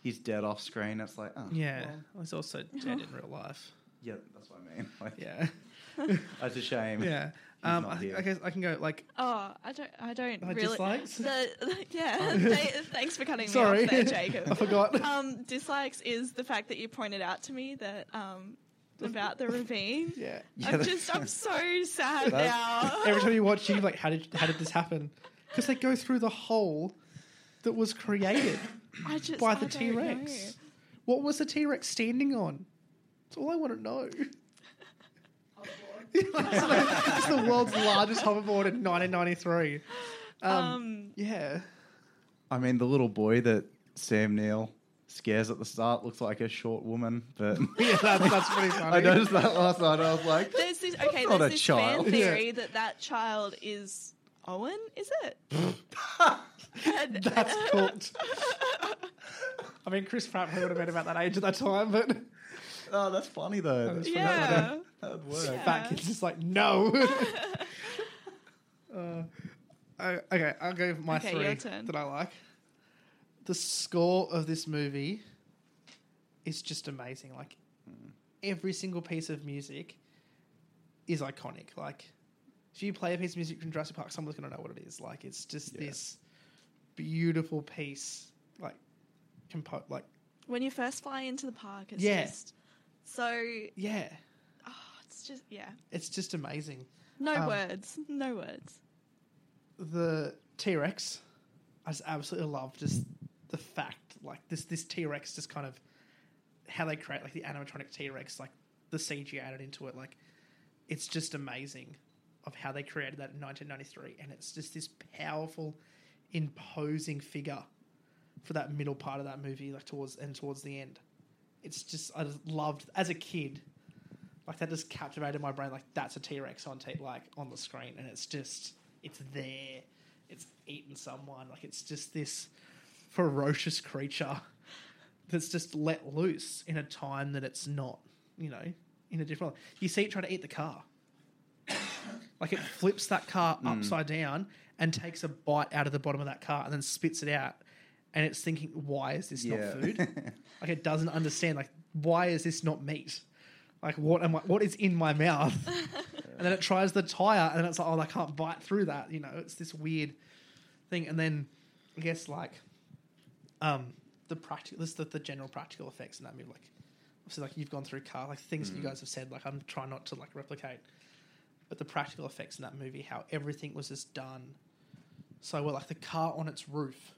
Speaker 3: he's dead off screen. It's like, oh,
Speaker 2: Yeah.
Speaker 3: well,
Speaker 2: Well, he's also dead in real life.
Speaker 3: yeah, that's what I mean. Like,
Speaker 2: Yeah.
Speaker 3: that's a shame.
Speaker 2: Yeah.
Speaker 3: He's
Speaker 2: Um,
Speaker 3: not
Speaker 2: I, think,
Speaker 3: here.
Speaker 2: I guess I can go like
Speaker 1: oh i don't i don't
Speaker 2: Like
Speaker 1: really
Speaker 2: dislikes? Oh.
Speaker 1: the, the- yeah They- thanks for cutting me
Speaker 2: Sorry.
Speaker 1: off there jacob
Speaker 2: I forgot.
Speaker 1: um dislikes is the fact that you pointed out to me that um about the ravine
Speaker 2: yeah.
Speaker 3: Yeah,
Speaker 1: i'm
Speaker 3: that-
Speaker 1: just i'm so sad
Speaker 3: That's-
Speaker 1: now
Speaker 2: Every time you watch, it, you're like, how did how did this happen? Because they go through the hole that was created
Speaker 1: I just,
Speaker 2: by
Speaker 1: I
Speaker 2: the
Speaker 1: don't
Speaker 2: T
Speaker 1: know.
Speaker 2: Rex. What was the T Rex standing on? That's all I want to know. it's the world's largest hoverboard in 1993. Um,
Speaker 1: Um,
Speaker 2: yeah,
Speaker 3: I mean, the little boy that Sam Neill scares at the start looks like a short woman, but
Speaker 2: yeah, that's, that's pretty funny.
Speaker 3: I noticed that last night. I was like,
Speaker 1: there's this okay.
Speaker 3: not
Speaker 1: There's
Speaker 3: a
Speaker 1: this
Speaker 3: child.
Speaker 1: fan
Speaker 2: Yeah.
Speaker 1: theory that that child is Owen, is it? And-
Speaker 2: That's cooked. I mean, Chris Pratt probably would have been about that age at that time, but
Speaker 3: Oh, that's funny though.
Speaker 2: That's
Speaker 1: yeah.
Speaker 3: That would work.
Speaker 1: Yeah.
Speaker 2: fat kid's just like, no. Uh, I- okay, I'll go with my
Speaker 1: Okay,
Speaker 2: three
Speaker 1: your turn.
Speaker 2: that I like. The score of this movie is just amazing. Like, every single piece of music is iconic. Like, if you play a piece of music from Jurassic Park, someone's going to know what it is. Like, it's just
Speaker 3: Yeah.
Speaker 2: this beautiful piece, like, compo- like,
Speaker 1: When you first fly into the park, it's
Speaker 2: Yeah.
Speaker 1: just so.
Speaker 2: yeah,
Speaker 1: Oh, it's just yeah.
Speaker 2: it's just amazing.
Speaker 1: No
Speaker 2: Um,
Speaker 1: words. No words.
Speaker 2: the T Rex, I just absolutely love just the fact like this this T Rex just kind of how they create like the animatronic T Rex like the CG added into it like it's just amazing of how they created that in 1993 and it's just this powerful imposing figure for that middle part of that movie like towards and towards the end it's just I just loved as a kid like that just captivated my brain like that's a T-Rex on t- like on the screen and it's just it's there it's eaten someone like it's just this ferocious creature that's just let loose in a time that it's not you know in a different you see it try to eat the car like it flips that car upside down and takes a bite out of the bottom of that car and then spits it out and it's thinking why is this not food like it doesn't understand. Like, why is this not meat? Like, what am I? What is in my mouth? and then it tries the tire, and it's like, oh, I can't bite through that. You know, it's this weird thing. And then I guess like, um, the practical, this the, the general practical effects in that movie. Like, obviously, like you've gone through car, like things that you guys have said. Like, I'm trying not to like replicate, but the practical effects in that movie, how everything was just done so well. Like the car on its roof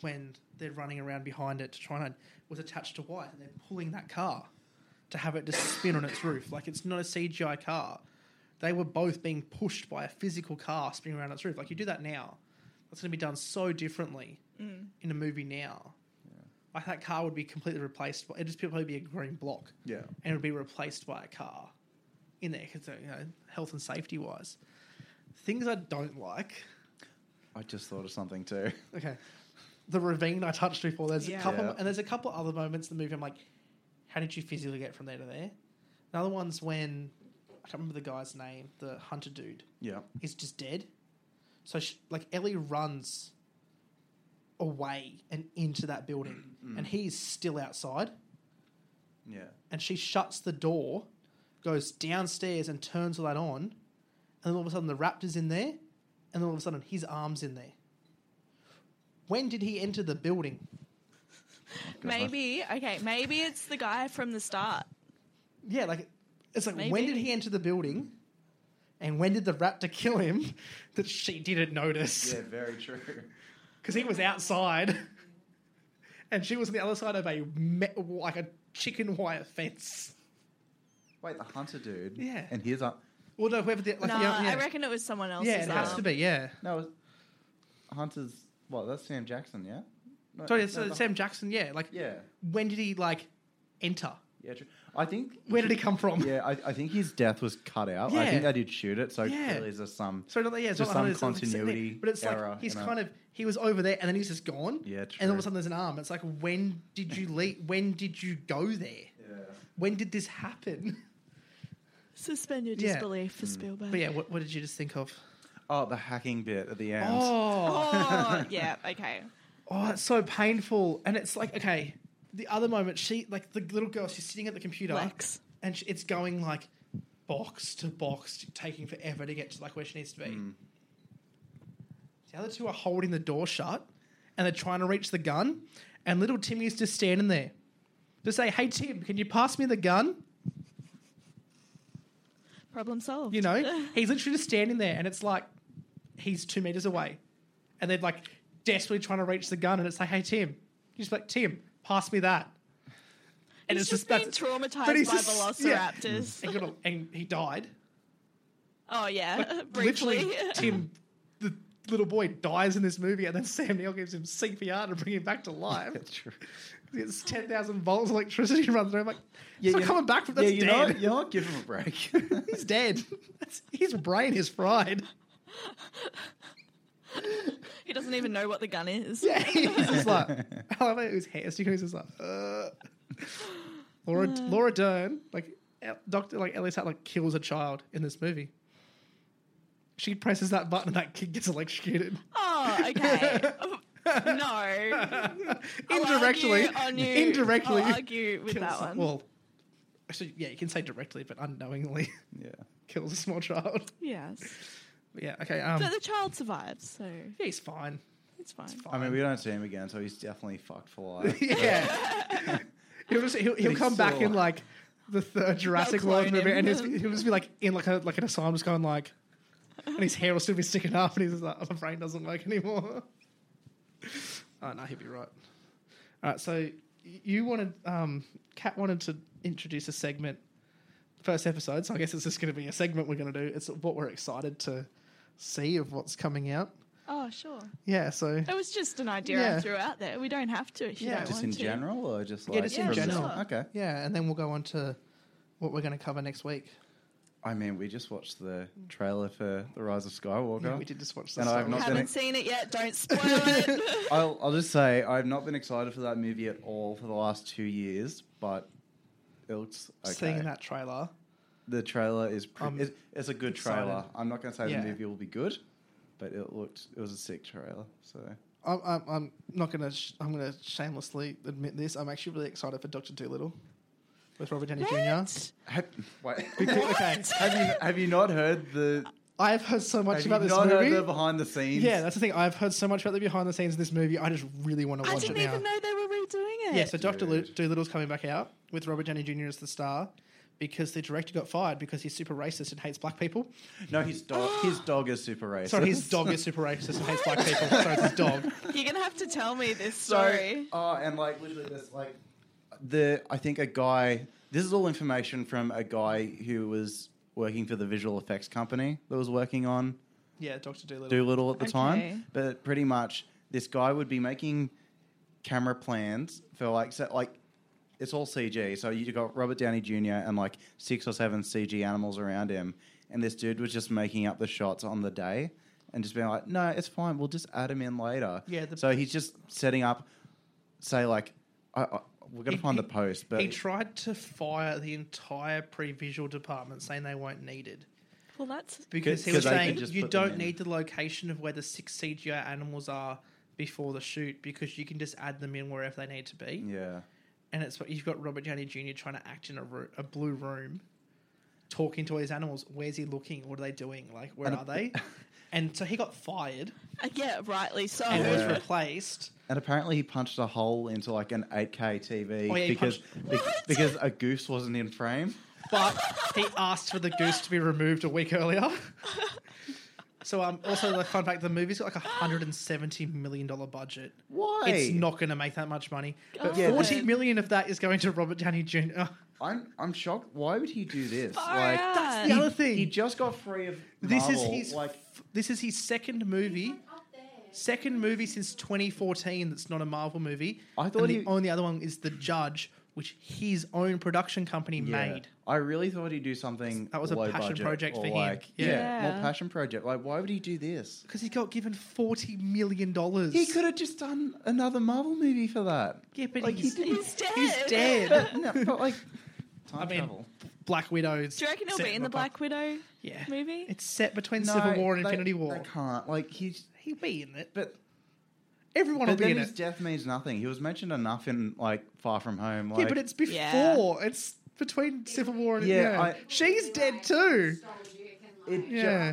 Speaker 2: when they're running around behind it to try and was attached to white and they're pulling that car to have it just spin on its roof. Like it's not a CGI car. They were both being pushed by a physical car spinning around its roof. Like you do that now. That's gonna be done so differently in a movie now. Like that car would be completely replaced by it'd just probably be a green block
Speaker 3: Yeah.
Speaker 2: and it would be replaced by a car in there because you know health and safety wise. Things I don't like
Speaker 3: I just thought of something too.
Speaker 2: Okay. The ravine I touched before. There's
Speaker 1: Yeah.
Speaker 2: a couple,
Speaker 3: Yeah.
Speaker 2: and there's a couple other moments in the movie. I'm like, how did you physically get from there to there? Another one's when I can't remember the guy's name. The hunter dude
Speaker 3: Yeah.
Speaker 2: is just dead. So she, like Ellie runs away and into that building, and he's still outside.
Speaker 3: Yeah.
Speaker 2: And she shuts the door, goes downstairs and turns all that on, and then all of a sudden the raptor's in there, and then all of a sudden his arm's in there. When did he enter the building?
Speaker 1: Maybe okay. Maybe it's the guy from the start.
Speaker 2: Yeah, like it's like when
Speaker 1: Maybe.
Speaker 2: did he enter the building? And when did the raptor kill him that she didn't notice?
Speaker 3: Yeah, very true.
Speaker 2: Because he was outside and she was on the other side of a me- like a chicken wire fence.
Speaker 3: Wait, the hunter dude.
Speaker 2: Yeah.
Speaker 3: And here's up.
Speaker 2: Well, no, whoever the, like,
Speaker 1: no,
Speaker 2: yeah, yeah.
Speaker 1: I reckon it was someone else's. um,
Speaker 2: yeah, it has
Speaker 1: arm.
Speaker 2: to be, yeah.
Speaker 3: No, it's- hunter's. Well, that's Sam Jackson, yeah. No,
Speaker 2: Sorry, so
Speaker 3: no, the-
Speaker 2: Sam Jackson, yeah. Like,
Speaker 3: Yeah.
Speaker 2: when did he like enter?
Speaker 3: Yeah. True. I think.
Speaker 2: Where did he come from?
Speaker 3: Yeah, I, I think his death was cut out. I think
Speaker 2: Yeah.
Speaker 3: they did shoot it, so
Speaker 2: Yeah.
Speaker 3: clearly there's some.
Speaker 2: So not, yeah, it's
Speaker 3: Just
Speaker 2: not
Speaker 3: some
Speaker 2: like- it's not like sitting there,
Speaker 3: continuity
Speaker 2: but it's
Speaker 3: error,
Speaker 2: like he's
Speaker 3: you know?
Speaker 2: kind of he was over there and then he's just gone.
Speaker 3: Yeah,
Speaker 2: And all of
Speaker 3: true.
Speaker 2: a sudden there's an arm. It's like when did you leave? When did you go there?
Speaker 3: Yeah.
Speaker 2: When did this happen?
Speaker 1: Suspend your
Speaker 2: Yeah. Mm.
Speaker 1: disbelief for Spielberg.
Speaker 2: But yeah, what, what did you just think of?
Speaker 3: Oh, the hacking bit at the end.
Speaker 2: Oh,
Speaker 1: Oh yeah. Okay.
Speaker 2: oh, it's so painful. And it's like okay, the other moment she like the little girl she's sitting at the computer
Speaker 1: Lex.
Speaker 2: and she, it's going like box to box, taking forever to get to like where she needs to be. The other two are holding the door shut and they're trying to reach the gun. And little Timmy's just standing there. Just say, hey, Tim, can you pass me the gun?
Speaker 1: Problem solved.
Speaker 2: You know, he's literally just standing there and it's like he's two meters away. And they're like desperately trying to reach the gun. And it's like, hey, Tim. He's like, Tim, pass me that. And
Speaker 1: he's just,
Speaker 2: that's-
Speaker 1: being traumatized by
Speaker 2: but he's just- yeah.
Speaker 1: velociraptors.
Speaker 2: And, he got a- and he died.
Speaker 1: Oh yeah. Briefly.
Speaker 2: Literally, Tim, the little boy, dies in this movie, and then Sam Neill gives him CPR to bring him back to life.
Speaker 3: That's true.
Speaker 2: It's ten thousand volts of electricity runs through. him. like, he's not
Speaker 3: you-
Speaker 2: coming back from
Speaker 3: yeah,
Speaker 2: that's
Speaker 3: you know,
Speaker 2: dead.
Speaker 3: what? you know what? Give him a break.
Speaker 2: He's dead. That's- His brain is fried.
Speaker 1: He doesn't even know what the gun is.
Speaker 2: Yeah, he's just like, I love it. It was hair sticking. He's just like, uh. Laura, Laura Dern, like El- Doctor, like Ellie Sattler kills a child in this movie. She presses that button and that kid gets electrocuted.
Speaker 1: Oh, okay. no. I'll
Speaker 2: indirectly,
Speaker 1: argue on you.
Speaker 2: indirectly,
Speaker 1: I'll argue with
Speaker 2: kills-
Speaker 1: Oh, that one.
Speaker 2: Well, actually, yeah, you can say directly, but unknowingly
Speaker 3: Yeah.
Speaker 2: kills a small child.
Speaker 1: yes.
Speaker 2: But yeah, okay. Um,
Speaker 1: But the child survives, so
Speaker 2: yeah, he's fine.
Speaker 1: it's fine.
Speaker 2: Fine.
Speaker 3: I mean, we don't see him again, so he's definitely fucked for life.
Speaker 2: Yeah. he'll just he'll, he'll
Speaker 3: he's
Speaker 2: come back
Speaker 3: still-
Speaker 2: in like the third Jurassic World
Speaker 1: clone
Speaker 2: movie,
Speaker 1: him.
Speaker 2: and he'll, just- he'll just be like in like a like an asylum, just going like, and his hair will still be sticking up, and he's just like, oh, my brain doesn't work anymore. oh no, he'll be right. All right, so y- you wanted um, Kat wanted to introduce a segment. First episode, so I guess it's just going to be a segment we're going to do. It's what we're excited to see of what's coming out.
Speaker 1: Oh, sure.
Speaker 2: Yeah, so
Speaker 1: That was just an idea
Speaker 2: Yeah.
Speaker 1: I threw out there. We don't have to if you
Speaker 2: Yeah.
Speaker 1: don't
Speaker 3: Just
Speaker 1: want
Speaker 3: in
Speaker 1: to.
Speaker 3: general, or just like
Speaker 2: Yeah, just
Speaker 1: in
Speaker 3: from the-
Speaker 1: general.
Speaker 3: Okay.
Speaker 2: Yeah, and then we'll go on to what we're going to cover next week.
Speaker 3: I mean, we just watched the trailer for The Rise of Skywalker.
Speaker 2: Yeah, we did just watch this.
Speaker 3: And I've not
Speaker 1: Haven't
Speaker 3: gonna-
Speaker 1: seen it yet. Don't spoil it.
Speaker 3: I'll, I'll just say I've not been excited for that movie at all for the last two years, but it looks okay.
Speaker 2: Seeing that trailer,
Speaker 3: The trailer is pre-
Speaker 2: I'm
Speaker 3: it- it's a good
Speaker 2: Um, excited.
Speaker 3: trailer. I'm not going to say
Speaker 2: Yeah.
Speaker 3: the movie will be good, but it looked it was a sick trailer. So
Speaker 2: I'm, I'm, I'm not going to. Sh- I'm going to shamelessly admit this. I'm actually really excited for Doctor Doolittle with Robert Downey Jr.
Speaker 1: What?
Speaker 3: have, wait,
Speaker 2: Because- okay,
Speaker 3: have you have you not heard the
Speaker 2: I've heard so much
Speaker 3: have you
Speaker 2: about
Speaker 3: not
Speaker 2: this
Speaker 3: heard
Speaker 2: movie.
Speaker 3: the behind the scenes?
Speaker 2: yeah, that's the thing. I've heard so much about the behind the scenes of this movie. I just really want to
Speaker 1: I
Speaker 2: watch
Speaker 1: didn't
Speaker 2: it now.
Speaker 1: even know they were redoing it.
Speaker 2: Yeah, so Doctor
Speaker 3: Dude.
Speaker 2: Doolittle's coming back out with Robert Downey Jr. as the star because the director got fired because he's super racist and hates black people.
Speaker 3: no, his dog his dog is super racist.
Speaker 2: Sorry, his dog is super racist and hates black people. Sorry, it's his dog.
Speaker 1: You're gonna have to tell me this
Speaker 3: So,
Speaker 1: story.
Speaker 3: oh, and like literally, this like the I think a guy. This is all information from a guy who was working for the visual effects company that was working on
Speaker 2: Yeah, Doctor Doolittle.
Speaker 3: Doolittle at the
Speaker 1: Okay.
Speaker 3: time. But pretty much, this guy would be making camera plans for like so, like it's all CG. So you got Robert Downey Jr. and like six or seven CG animals around him, and this dude was just making up the shots on the day and just being like, "No, it's fine. We'll just add him in later."
Speaker 2: Yeah, the-
Speaker 3: so he's just setting up, say like, I, I, "We're gonna
Speaker 2: He-
Speaker 3: find
Speaker 2: he-
Speaker 3: the post," but
Speaker 2: He tried to fire the entire pre-visual department, saying they weren't needed
Speaker 1: Well, that's
Speaker 2: because he
Speaker 3: 'cause
Speaker 2: was
Speaker 3: they could
Speaker 2: saying
Speaker 3: just
Speaker 2: you
Speaker 3: put them
Speaker 2: don't
Speaker 3: in."
Speaker 2: need the location of where the six CGI animals are before the shoot because you can just add them in wherever they need to be.
Speaker 3: yeah,
Speaker 2: And it's you've got Robert Downey Jr. trying to act in a, roo- a blue room, talking to all these animals. Where's he looking? What are they doing? Like where
Speaker 3: And-
Speaker 2: are they? And so he got fired
Speaker 1: uh, yeah, rightly so.
Speaker 2: and was
Speaker 3: Yeah.
Speaker 2: replaced.
Speaker 3: And apparently he punched a hole into like an 8K TV
Speaker 2: Oh, yeah, he
Speaker 3: because
Speaker 2: punched-
Speaker 3: be- because a goose wasn't in frame.
Speaker 2: but he asked for the goose to be removed a week earlier. So um, also the fun fact: the movie's got like a hundred and seventy million dollar budget.
Speaker 3: Why?
Speaker 2: It's not going to make that much money. But
Speaker 4: Oh,
Speaker 1: God. Yeah,
Speaker 2: forty
Speaker 1: but-
Speaker 2: million of that is going to Robert Downey Jr.
Speaker 3: I'm I'm shocked. Why would he do this?
Speaker 1: Far
Speaker 3: like
Speaker 1: out.
Speaker 2: That's the other thing.
Speaker 3: he just got free of
Speaker 2: this is
Speaker 3: Marvel,
Speaker 2: his
Speaker 3: like
Speaker 2: f- this is his second movie,
Speaker 4: Up there.
Speaker 2: second movie since 2014 that's not a Marvel movie.
Speaker 3: I thought
Speaker 2: and
Speaker 3: he-
Speaker 2: the only other one is The Judge, which his own production company
Speaker 3: yeah.
Speaker 2: made.
Speaker 3: I really thought he'd do something.
Speaker 2: That was a
Speaker 3: low
Speaker 2: passion
Speaker 3: budget
Speaker 2: project
Speaker 3: or
Speaker 2: for him.
Speaker 3: like,
Speaker 2: Yeah.
Speaker 3: Yeah,
Speaker 1: Yeah.
Speaker 3: more passion project. Like, why would he do this?
Speaker 2: Because he got given forty million dollars.
Speaker 3: He could have just done another Marvel movie for that.
Speaker 2: Yeah, but
Speaker 3: Like, he
Speaker 2: he's,
Speaker 3: didn't-
Speaker 1: He's dead.
Speaker 2: he's dead.
Speaker 3: But, no, but like time
Speaker 2: I mean,
Speaker 3: travel.
Speaker 2: Black Widow's.
Speaker 1: Do you reckon he'll
Speaker 2: set
Speaker 1: be in the
Speaker 2: above-
Speaker 1: Black Widow
Speaker 2: Yeah.
Speaker 1: movie?
Speaker 2: It's set between
Speaker 3: No,
Speaker 2: Civil War and
Speaker 3: they-
Speaker 2: Infinity War.
Speaker 3: They can't. Like he's.
Speaker 2: He'll be in it.
Speaker 3: But
Speaker 2: Everyone will
Speaker 3: But
Speaker 2: be
Speaker 3: then
Speaker 2: in
Speaker 3: his
Speaker 2: it.
Speaker 3: death means nothing. He was mentioned enough in like Far From Home. Like,
Speaker 2: yeah, but it's before.
Speaker 1: Yeah.
Speaker 2: It's between Civil War and
Speaker 3: Yeah,
Speaker 2: yeah.
Speaker 3: I-
Speaker 2: She's dead too.
Speaker 4: Sold you, it can,
Speaker 3: It
Speaker 4: like,
Speaker 3: ju-
Speaker 2: Yeah.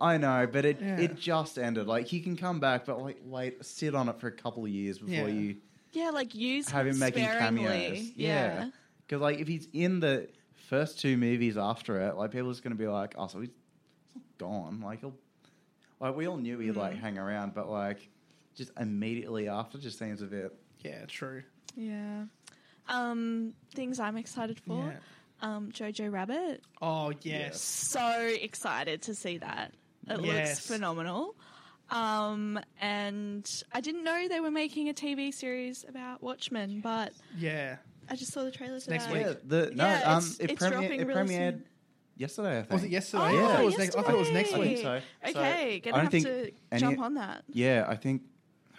Speaker 3: I, I know, but it
Speaker 2: Yeah.
Speaker 3: it just ended. Like he can come back, but like wait, sit on it for a couple of years before
Speaker 2: Yeah.
Speaker 3: you
Speaker 1: Yeah, like use
Speaker 3: have him making
Speaker 1: sparingly.
Speaker 3: cameos.
Speaker 1: Yeah.
Speaker 3: because like if he's in the first two movies after it, like people are just gonna be like, oh, so he's he's gone. Like he'll, like we all knew he'd like
Speaker 2: Mm.
Speaker 3: hang around, but like just immediately after just seems a bit.
Speaker 2: Yeah, true.
Speaker 1: yeah. Um, things I'm excited for.
Speaker 2: Yeah.
Speaker 1: Um, Jojo Rabbit.
Speaker 2: Oh yes.
Speaker 3: Yes.
Speaker 1: So excited to see that. It
Speaker 2: Yes.
Speaker 1: looks phenomenal. Um, and I didn't know they were making a TV series about Watchmen, but
Speaker 2: Yeah.
Speaker 1: I just saw the trailer today.
Speaker 2: next week.
Speaker 3: Yeah, the no,
Speaker 1: Yeah,
Speaker 3: um,
Speaker 1: it's-
Speaker 3: it,
Speaker 1: it's
Speaker 3: premiered
Speaker 1: dropping
Speaker 3: it
Speaker 1: really
Speaker 3: premiered
Speaker 1: soon.
Speaker 3: yesterday. I think.
Speaker 2: Was it yesterday?
Speaker 1: Oh,
Speaker 2: I, thought it was next, I thought it was next
Speaker 3: I
Speaker 1: yesterday.
Speaker 2: week.
Speaker 3: think so. So,
Speaker 1: Okay,
Speaker 3: I
Speaker 1: gonna
Speaker 3: don't
Speaker 1: have
Speaker 3: think
Speaker 1: to
Speaker 3: any-
Speaker 1: jump on that.
Speaker 3: Yeah, I think,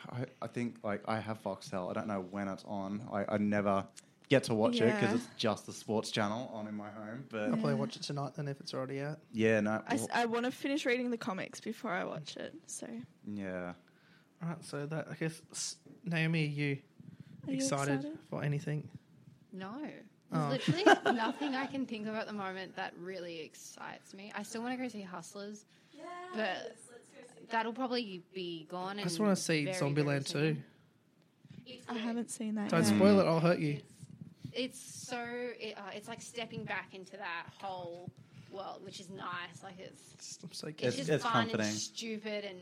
Speaker 3: I, I think like I have Foxtel. I don't know when it's on. I, I never get to watch it
Speaker 1: Yeah.
Speaker 3: because it's just the sports channel on in my home. But
Speaker 2: I'll
Speaker 3: yeah,
Speaker 2: probably watch it tonight then if it's already out.
Speaker 3: no,
Speaker 1: I,
Speaker 3: well,
Speaker 1: want to finish reading the comics before I watch it. So are
Speaker 3: yeah.
Speaker 2: All right, so that I guess s- Naomi, are you
Speaker 1: you
Speaker 2: excited, for anything?
Speaker 4: No.
Speaker 2: Oh.
Speaker 4: There's literally nothing I can think of at the moment that really excites me. I still want to go see Hustlers, but that'll probably be gone.
Speaker 2: I just
Speaker 4: in
Speaker 2: want to see
Speaker 4: very, very
Speaker 2: Zombieland
Speaker 4: soon.
Speaker 2: 2.
Speaker 4: It's
Speaker 1: I
Speaker 4: good.
Speaker 1: haven't seen that.
Speaker 2: Don't
Speaker 1: yet.
Speaker 2: spoil it, I'll hurt you.
Speaker 4: It's so it, uh, it's like stepping back into that whole world, which is nice. Like it's
Speaker 2: It's- I'm so,
Speaker 4: it's,
Speaker 3: It's-
Speaker 4: just
Speaker 3: it's
Speaker 4: fun
Speaker 3: comforting.
Speaker 4: and stupid, and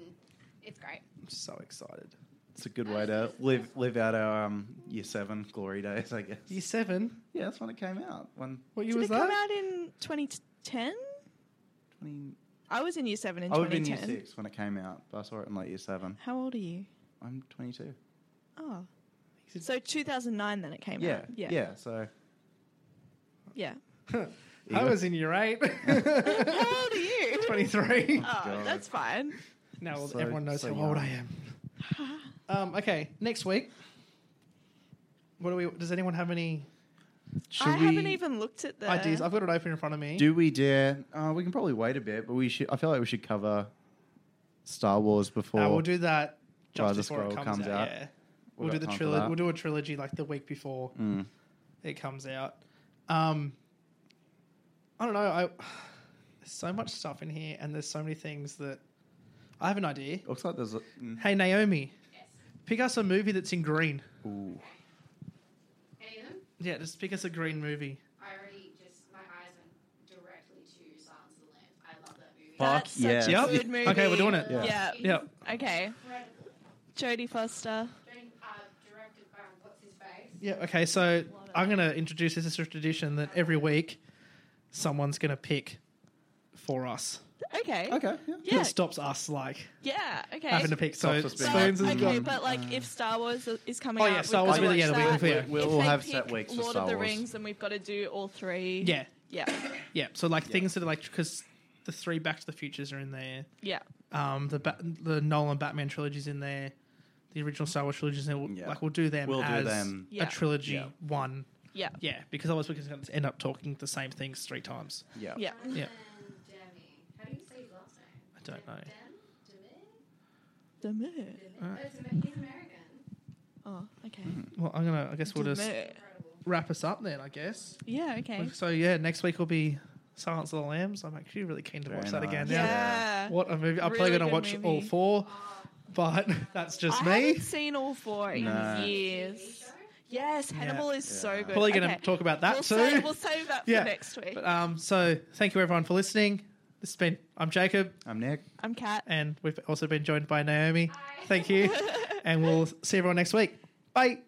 Speaker 4: it's great.
Speaker 2: I'm so excited.
Speaker 3: It's a good way to live live out our um, year seven glory days, I guess.
Speaker 2: Year 7?
Speaker 3: Yeah, that's when it came out. When
Speaker 2: What year
Speaker 1: Did
Speaker 2: was
Speaker 1: it come
Speaker 2: that?
Speaker 1: out in 2010?
Speaker 3: 20,
Speaker 1: I was in year seven in
Speaker 3: I would have oh, been
Speaker 1: 2010.
Speaker 3: year six when it came out, but I saw it in like year seven.
Speaker 1: How old are you?
Speaker 3: I'm 22.
Speaker 1: Oh,
Speaker 2: He said-
Speaker 1: so 2009 then it came
Speaker 3: Yeah,
Speaker 1: out.
Speaker 3: yeah,
Speaker 1: yeah,
Speaker 3: So
Speaker 1: yeah.
Speaker 2: I was in year 8.
Speaker 1: How old are you?
Speaker 2: 23.
Speaker 1: Oh,
Speaker 3: God.
Speaker 1: that's fine.
Speaker 2: Now well,
Speaker 3: So-
Speaker 2: everyone knows
Speaker 3: so
Speaker 2: how old I
Speaker 3: young.
Speaker 2: am. um, okay, next week. What do we? Does anyone have any
Speaker 3: should
Speaker 1: I
Speaker 3: we
Speaker 1: haven't even looked at the
Speaker 2: ideas? I've got it open in front of me.
Speaker 3: do we dare? Uh, we can probably wait a bit, but we should. I feel like we should cover Star Wars before.
Speaker 2: Uh, we'll do that
Speaker 3: While
Speaker 2: just
Speaker 3: the
Speaker 2: before it
Speaker 3: scroll
Speaker 2: comes,
Speaker 3: comes
Speaker 2: out.
Speaker 3: out.
Speaker 2: Yeah,
Speaker 3: We
Speaker 2: we'll do
Speaker 3: got
Speaker 2: the
Speaker 3: time for
Speaker 2: trilogy.
Speaker 3: that.
Speaker 2: We'll do a trilogy like the week before
Speaker 3: Mm.
Speaker 2: it comes out. Um, I don't know. I there's so much stuff in here, and there's so many things that I have an idea.
Speaker 3: Looks like there's a. mm.
Speaker 2: Hey Naomi, pick us a movie that's in green.
Speaker 3: Ooh.
Speaker 4: Any of them?
Speaker 2: Yeah, just pick us a green movie.
Speaker 4: I already just my eyes went directly to Silence of the Lambs. I love that movie.
Speaker 3: Fuck
Speaker 1: That's such
Speaker 3: yes.
Speaker 1: a
Speaker 2: Yep.
Speaker 1: good movie.
Speaker 2: Okay, we're doing it.
Speaker 3: Yeah.
Speaker 1: Yeah.
Speaker 2: Yeah.
Speaker 1: Okay.
Speaker 4: Incredible.
Speaker 1: Jodie Foster.
Speaker 4: During, uh, directed by what's his face?
Speaker 2: Yeah, okay, so
Speaker 4: Love it.
Speaker 2: I'm going to introduce this as a tradition that every week someone's going to pick for us.
Speaker 1: Okay.
Speaker 3: Okay. Yeah.
Speaker 1: Yeah.
Speaker 2: It stops us, like,
Speaker 1: Yeah. Okay.
Speaker 2: having to pick. So,
Speaker 3: Stops us being
Speaker 2: Spoons
Speaker 3: like,
Speaker 2: has
Speaker 1: okay,
Speaker 2: got.
Speaker 1: but like if Star Wars is coming
Speaker 2: Oh,
Speaker 1: out,
Speaker 2: yeah,
Speaker 1: we've
Speaker 2: Star
Speaker 1: got
Speaker 2: Wars
Speaker 1: to
Speaker 2: will be-
Speaker 1: watch
Speaker 2: yeah, the week
Speaker 1: that.
Speaker 2: before.
Speaker 3: We- We'll
Speaker 1: If
Speaker 3: all
Speaker 1: they
Speaker 3: have set
Speaker 1: pick
Speaker 3: weeks for
Speaker 1: Lord
Speaker 3: Star
Speaker 1: of the
Speaker 3: Wars.
Speaker 1: Rings, then we've got to do all three.
Speaker 2: Yeah,
Speaker 1: Yeah.
Speaker 2: yeah. So, like, things that are like, because the three Back to the Futures are in there,
Speaker 1: Yeah.
Speaker 2: um, the ba- the Nolan Batman trilogy's in there, the original Star Wars trilogy's in there.
Speaker 3: Yeah.
Speaker 2: Like, we'll do them
Speaker 3: We'll do
Speaker 2: as
Speaker 3: them.
Speaker 1: Yeah.
Speaker 2: a trilogy
Speaker 3: Yeah.
Speaker 2: one.
Speaker 1: Yeah.
Speaker 2: Yeah, because otherwise we're going to end up talking the same things three times.
Speaker 3: Yeah.
Speaker 1: Yeah.
Speaker 2: Yeah.
Speaker 4: Demi. How do you say his last name?
Speaker 2: I don't know. Uh,
Speaker 4: Demi? He's American.
Speaker 1: Oh, okay.
Speaker 2: Well, I'm going to, I guess we'll just
Speaker 1: Demir.
Speaker 4: Incredible.
Speaker 2: wrap us up then, I guess.
Speaker 1: Yeah, okay.
Speaker 2: So yeah, next week will be Silence of the Lambs. I'm actually really keen to
Speaker 3: Very
Speaker 2: watch that
Speaker 3: nice.
Speaker 2: again. Now,
Speaker 1: Yeah.
Speaker 3: Yeah.
Speaker 2: what a movie! I'm
Speaker 1: Really
Speaker 2: probably
Speaker 1: good
Speaker 2: going to watch
Speaker 1: movie.
Speaker 2: all four, but that's just
Speaker 1: I
Speaker 2: me.
Speaker 1: haven't seen all four in
Speaker 3: No.
Speaker 1: years. Yes, Hannibal is so
Speaker 3: Yeah.
Speaker 1: good.
Speaker 2: Probably going to
Speaker 1: Okay.
Speaker 2: talk about that
Speaker 1: we'll
Speaker 2: too.
Speaker 1: Save, we'll save that
Speaker 2: Yeah.
Speaker 1: for next week.
Speaker 2: But, um, so thank you everyone for listening. This has been I'm Jacob,
Speaker 3: I'm Nick.
Speaker 1: I'm Kat.
Speaker 2: and we've also been joined by Naomi. Thank you, and we'll see everyone next week. Bye.